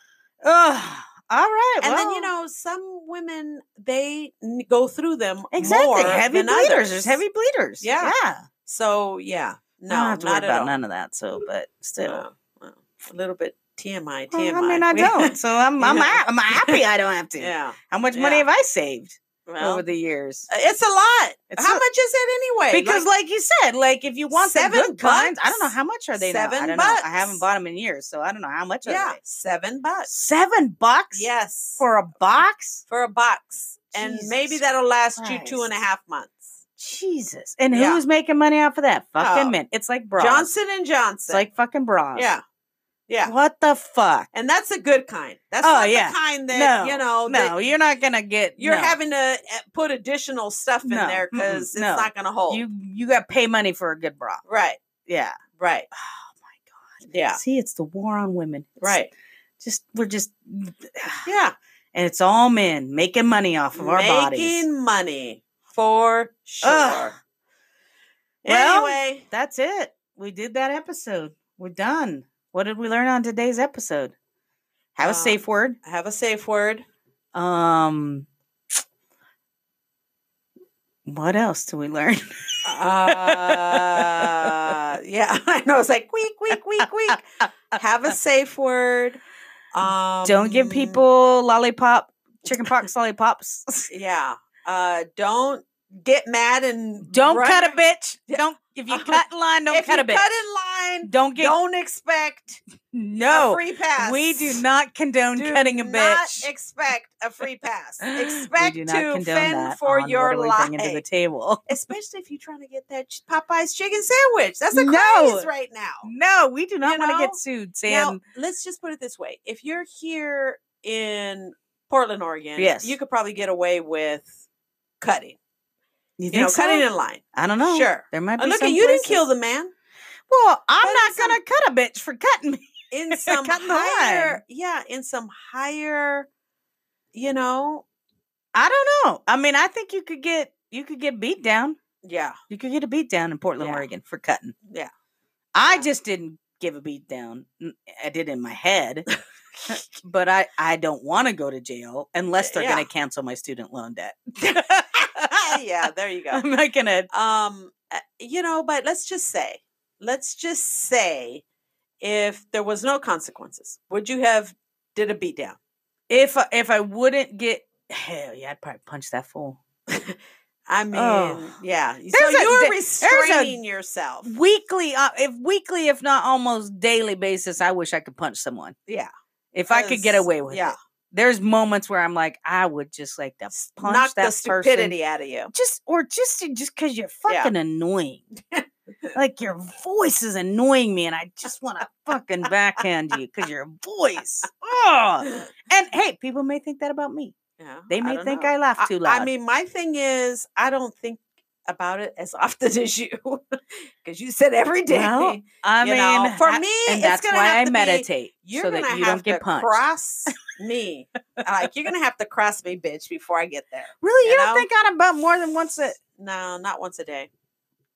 Ugh. All right.
and then you
well,
know some women they n- go through them
exactly
more
heavy
than
bleeders.
others.
There's heavy bleeders.
Yeah.
yeah.
so yeah no
I don't have to
not
worry
at
about
all
none of that. So, but still.
No, well, a little bit TMI TMI
Well, I mean, I
We-
don't. So I'm I'm,
Yeah.
ha- I'm happy I don't have to.
yeah
How much money
Yeah.
have I saved
well,
over the years?
uh, it's a lot
It's
how
a-
much is it anyway
Because,
Like,
like, you said, like if you want the
seven
good kinds, I don't know
bucks.
how much are they. now? I
Seven
don't know. I
bucks.
haven't bought them in years, so I don't know how much.
yeah
are they.
seven bucks
seven bucks.
yes
for a box.
for a box and maybe
Jesus
that'll last you two and a
Christ.
half months
Jesus, and
Yeah.
who's making money off of that? Fucking
Oh.
men. It's like bras.
Johnson and
It's
Johnson
like fucking bras.
yeah yeah
What the fuck?
and that's a good kind that's
Oh,
not
yeah.
the kind that
no,
you know that
no, you're not gonna get.
you're
no.
having to uh, put additional stuff in
No,
there
mm-mm,
because it's
no.
not going to hold.
you. You got to pay money for a good bra.
right,
Yeah.
right.
Oh my god.
Yeah,
See, it's the war on women. It's
right.
Just we're just
Yeah.
and it's all men making money off of our
Making
bodies.
money. for sure.
Ugh. Well-
anyway,
That's it. We did that episode. We're done. What did we learn on today's episode? Have
Um,
a safe word.
have a safe word.
Um, what else do we learn?
Uh, yeah, I know. It's like week, week, week, week. Have a safe word. Um,
Don't give people lollipop, chicken pox lollipops.
Yeah. Uh, don't get mad and
don't
run-
cut a bitch.
Yeah.
Don't Uh-huh. if you cut in line, don't
if
cut
you
a bitch.
cut in line,
don't get
don't expect a
no.
free pass.
We do not condone
Do
cutting a
not
bitch.
expect a free pass.
We
Expect
do not
to
condone
fend
that
for
on
your
what do we
life.
bring into the table.
Especially if you're trying to get that ch- Popeye's chicken sandwich. That's a
No.
craze right now.
No, we do not want to
know?
get sued,
Now,
Sam.
let's just put it this way: if you're here in Portland, Oregon,
Yes.
you could probably get away with cutting.
you
You know, cutting in line.
I don't know.
Sure.
there might be.
And look, at
some
you didn't kill
places-
the man
Well, I'm
but
not
some-
gonna cut a bitch for cutting me.
in some
Cutting the line.
higher, yeah, in some higher, you know,
I don't know. I mean, I think you could get you could get beat down.
yeah,
You could get a beat down in Portland,
Yeah.
Oregon for cutting.
yeah.
I
Yeah.
just didn't give a beat down. N- I did in my head, Uh, but I I don't want to go to jail unless they're
Yeah.
gonna cancel my student loan debt.
yeah, there you go.
I'm not gonna.
Um, uh, you know, but let's just say, let's just say, if there was no consequences, would you have did a beatdown?
If I- if I wouldn't get hell yeah, I'd probably punch that fool.
I mean,
Oh.
yeah. y-
There's
so
a
you were
di- there's a
restraining yourself.
Weekly, uh, if weekly, if not almost daily basis, I wish I could punch someone.
Yeah.
If I could get
Because-
away with
yeah.
it. There's moments where I'm like, I would just like to
S-
punch
Knock
that
the
person.
stupidity out of you.
just or just to- just because you're
Yeah.
fucking annoying. like your voice is annoying me, and I just want to fucking backhand you because your voice. Oh, and hey, people may think that about me.
Yeah,
They may
don't
think
know.
I laugh too loud.
I mean, my thing is, I don't think about it as often as you, because you said every day.
Well, I
you
mean,
know, for
I-
me,
and
it's
that's
gonna
why
have
I
to be-
meditate
you're
so
gonna
that you
have
don't get
to
punched.
cross me. like you're gonna have to cross me, bitch, before I get there.
really, you,
you
don't
know?
think on about Uh, more than once a.
No, not once a day.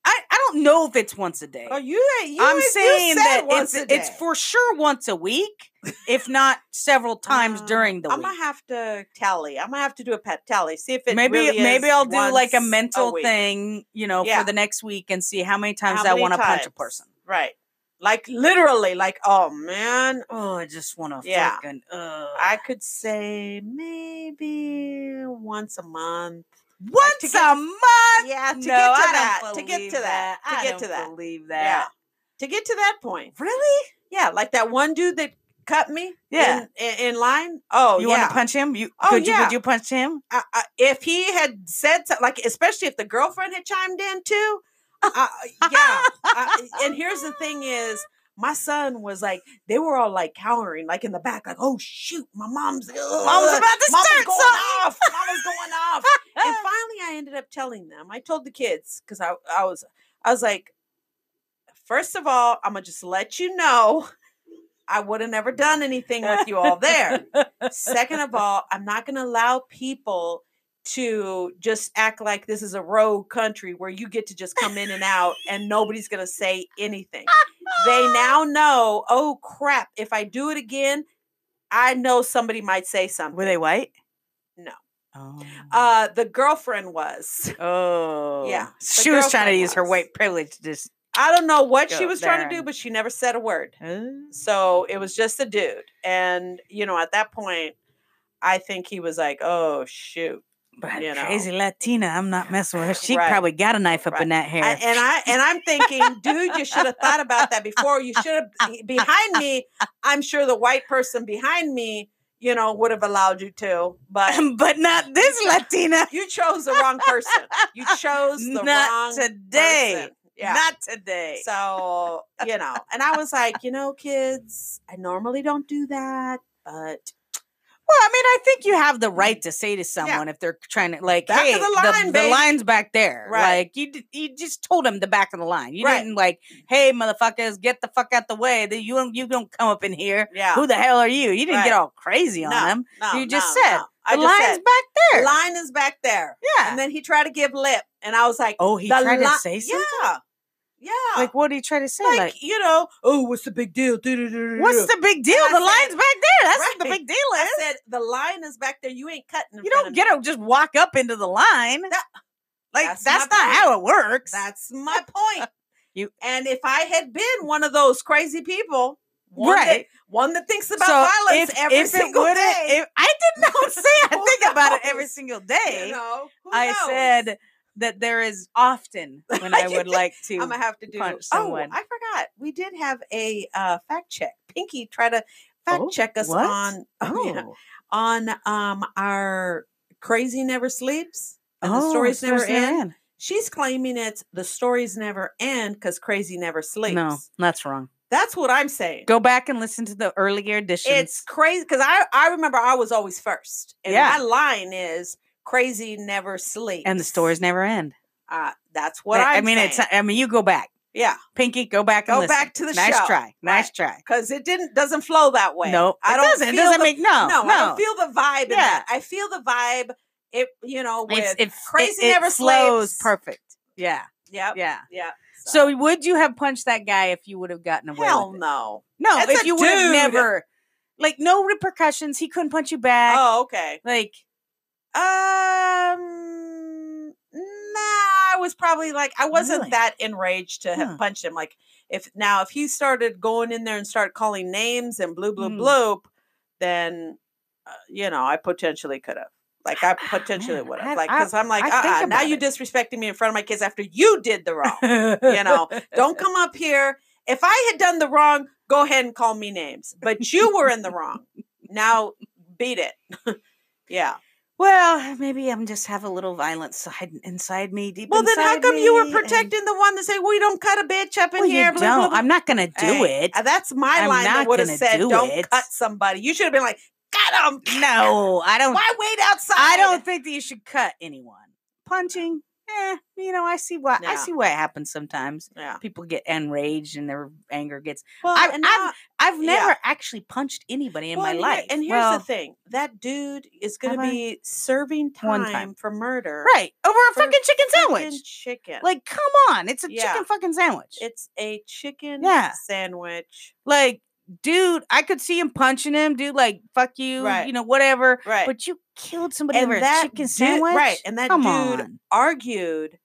I I don't know if it's once a day.
Oh, you. you
I'm
you
saying
said
that
once
it's
a
it's
day.
for sure once a week, if not several times
Uh,
during the
I'm
week.
gonna have to tally. I'm gonna have to do a pet tally. See if it
maybe
really
maybe
is
I'll do like a
once
mental
week.
thing, you know,
Yeah.
for the next week and see how many times
How
I
many
want to punch a
times?
person.
Right. Like literally, like, oh man,
Oh, I just want to
Yeah.
fucking. Uh,
I could say maybe once a month.
once
get
a month.
Yeah, to get to
No, I don't
that. To get
believe
to that. To
I
get
don't
to that.
Believe
Yeah.
that.
To get to that point.
Really?
Yeah, like that one dude that cut me.
Yeah.
In, in, in line. Oh,
you
yeah.
want to punch him? You
Oh,
could you
yeah.
would you punch him?
I, I, if he had said something, like especially if the girlfriend had chimed in too. Uh, yeah. I, and here's the thing: is my son was like they were all like cowering, like in the back, like oh shoot, my mom's
Mom's about to
Mama's
start
going
something.
off. Mama's going off. and
Ah!
finally, I ended up telling them. I told the kids because I, I was I was like, first of all, I'm gonna just let you know, I would have never done anything with you all there. Second of all, I'm not gonna allow people to just act like this is a rogue country where you get to just come in and out and nobody's gonna say anything. They now know, oh crap, if I do it again, I know somebody might say something.
Were they white?
No.
Oh.
Uh, the girlfriend was.
oh.
the
She was trying to
girlfriend
use her
was.
white privilege to just.
I don't know what she
Go
was trying to do,
there.
but she never said a word.
Oh.
So it was just a dude. And, you know, at that point, I think he was like, oh, shoot.
But
you know.
crazy Latina, I'm not messing with her. She
Right.
probably got a knife up
Right.
in that hair.
I, and I and I'm thinking, dude, you should have thought about that before. You should have be- behind me. I'm sure the white person behind me, you know, would have allowed you to, but
but not this Latina.
you chose the wrong person. You chose the
not
wrong
today.
person. Yeah.
Not today.
So, you know, and I was like, you know, kids, I normally don't do that, but
Well, I mean, I think you have the right to say to someone if they're trying to, like,
Mm-hmm. Back of
hey,
the
the,
line,
the
baby."
line's back there.
Right.
Like, you d- you just told him the back of the line. You
Right.
didn't like, hey, motherfuckers, get the fuck out the way. That you don't you don't come up in here.
Yeah.
Who the hell are you? You didn't
Right.
get all crazy on
No,
them.
no,
you just
no,
said,
no.
The
I just
line's
said,
back there.
line is back there.
yeah.
And then he tried to give lip, and I was like,
oh, he
the
tried
li-
to say something.
Yeah, yeah.
Like, what did he try to say?
Like,
Like,
you know, oh, what's the big deal? Do-do-do-do-do-do."
what's the big deal?
I
The
said-
line's back there. That's what the
Right.
big deal.
I
Is
said the line is back there. You ain't cutting. in
you
front
don't
of
get
me."
to just walk up into the line.
That-
like,
that's
that's,
my
not
point.
how it works.
That's my point.
You-
and if I had been one of those crazy people, one That,
Right.
one that thinks about violence every
it
single
wouldn't-
day.
if- I did not say I
Who
think about it every
knows?
single
you
day.
know, who
I
knows?
said that there is often when I
You
would
did.
like to.
I'm gonna have to do.
punch
Oh,
someone.
I forgot. We did have a uh, fact check. Pinky tried to fact
Oh,
check us
what?
on
oh,
yeah, on um our crazy never sleeps and
Oh,
the stories Oh, never end. She's claiming it's the stories never end because crazy never sleeps.
No, that's wrong.
That's what I'm saying.
Go back and listen to the earlier editions.
It's crazy because I I remember I was always first, and
Yeah.
my line is crazy never sleeps,
and the stories never end.
Uh, that's what
That-
i
I mean, it's. I mean, you go back,
yeah,
Pinky. Go back.
Go
and listen.
back to the
nice
show.
try. Nice try.
because it didn't doesn't flow that way.
No,
I
it
don't
doesn't. It
feel
doesn't
the-
make no.
no,
No,
I don't feel the vibe. In that.
Yeah.
I feel the vibe. It you know with
It's, it's
crazy
it, it
never
flows
sleeps.
perfect. Yeah,
Yep. Yeah.
yeah.
Yeah.
So would you have punched that guy if you would have gotten away?
hell
with it?
no.
No,
That's
if
a
you would have
dude.
never, like, no repercussions. He couldn't punch you back.
Oh, okay.
Like,
Um. Nah, I was probably like I wasn't
Really?
that enraged to have
Huh.
punched him. Like if now if he started going in there and started calling names and blue blue
Mm.
bloop, then uh, you know I potentially could have. Like Ah, I potentially
man,
would
I-
have. Like
I-
because I'm like,
I think
uh-uh, now
about
you
it.
disrespecting me in front of my kids after you did the wrong.
you
know, Don't come up here. If I had done the wrong, go ahead and call me names. But you were in the wrong. Now beat it. yeah.
Well, maybe I'm just have a little violence side inside me. Deep
Well, then how
inside
come you were
me, and-
protecting the one that said, "We don't cut a bitch up in
Well, you
here"? blah, blah,
don't.
blah.
I'm not gonna do
Hey,
it.
uh, That's my
I'm
line that
not
would have
gonna
said,
do
do not
it."
cut somebody." You should have been like, "Cut him."
No, I don't.
Why wait outside?
I don't think that you should cut anyone. Punching, eh? You know, I see why. I
Yeah.
see why it happens sometimes.
Yeah.
People get enraged and their anger gets.
Well,
I've-
and
I've
now-
I've
Yeah.
never actually punched anybody in
well,
my
and here-
life.
and here's
Well,
the thing: that dude is going
have
to
I?
be serving
One
time,
time.
for murder.
right over a
for
fucking chicken
freaking
sandwich.
Chicken.
Like, come on, it's a
Yeah.
chicken fucking sandwich.
it's a chicken
Yeah.
sandwich.
like, dude, I could see him punching him, dude. Like, fuck you,
Right.
you know, whatever.
Right.
But you killed somebody
And
over
that
a chicken
dude-
sandwich,
right, and that
Come
dude-
on.
argued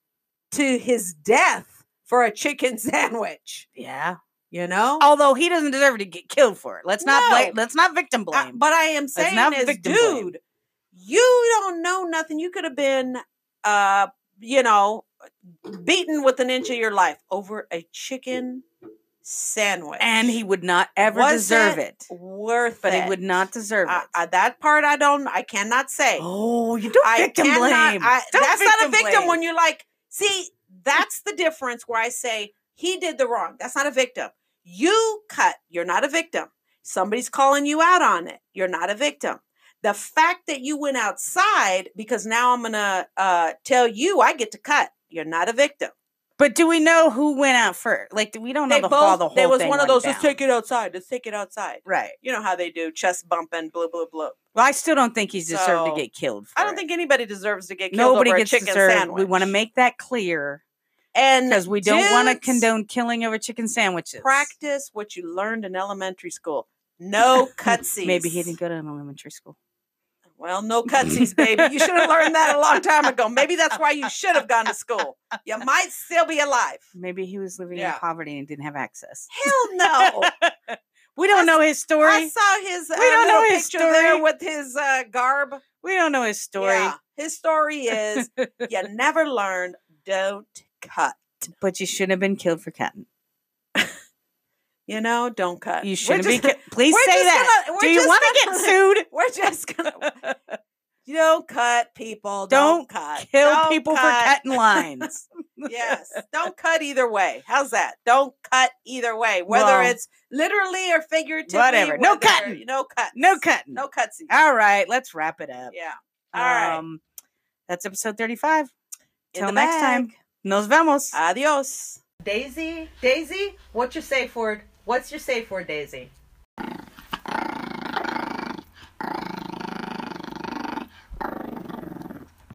to his death for a chicken sandwich.
yeah.
You know,
Although he doesn't deserve to get killed for it. Let's not blame.
No.
Let's not victim
I-
blame.
but I am saying
not
is,
victim
dude,
blame.
you don't know nothing. You could have been, uh, you know, beaten with an inch of your life over a chicken sandwich,
and he would not ever
Was
deserve it.
worth
But
it.
he would not deserve
I,
it.
I- that part I don't. I cannot say.
oh, you don't
I
victim
cannot-
blame.
I-
Don't
that's not a victim
blame.
when you're like, see, that's the difference where I say he did the wrong. That's not a victim. You cut, you're not a victim. Somebody's calling you out on it. You're not a victim. The fact that you went outside, because now I'm gonna uh, tell you I get to cut. You're not a victim.
But do we know who went out first? Like we don't know
They
the,
both.
all the whole
there was
thing
one of
went
those. Let's
down.
take it outside. Let's take it outside.
right.
You know how they do chest bumping, blah blah blah.
Well, I still don't think he's deserved
So,
to get killed. For
I don't
it.
think anybody deserves to get killed
nobody
over
gets
a chicken
deserved.
sandwich.
We want to make that clear
and
because we don't want to
dudes-
condone killing over chicken sandwiches.
practice what you learned in elementary school. No cutsies.
Maybe he didn't go to elementary school.
Well, no cutsies, baby. You should have learned that a long time ago. Maybe that's why you should have gone to school. You might still be alive.
Maybe he was living
Yeah.
in poverty and didn't have access.
Hell no.
We don't
I
know his story.
I saw his uh,
We don't know
little
his
picture there
story.
with his uh, garb.
we don't know his story.
Yeah. His story is you never learned, don't cut.
But you shouldn't have been killed for cutting.
You know, don't cut.
You
We're
shouldn't be.
just-
Ki- Please
we're
say
just
that.
gonna- we're
Do you
just
want to
gonna-
get sued?
We're just going to. You don't cut people. Don't,
Don't
cut.
Kill
Don't
people for
cut.
cutting lines.
yes. Don't cut either way. How's that? Don't cut either way, whether
Well,
it's literally or figuratively.
whatever. No
whether-
cutting.
No cut.
No cutting.
No cutsy.
All right, let's wrap it up.
Yeah. All right.
Um, that's episode 35.
In
Till
the
next
bag.
time. Nos vemos.
Adios. Daisy, Daisy, what's your safe word? What's your safe word, Daisy?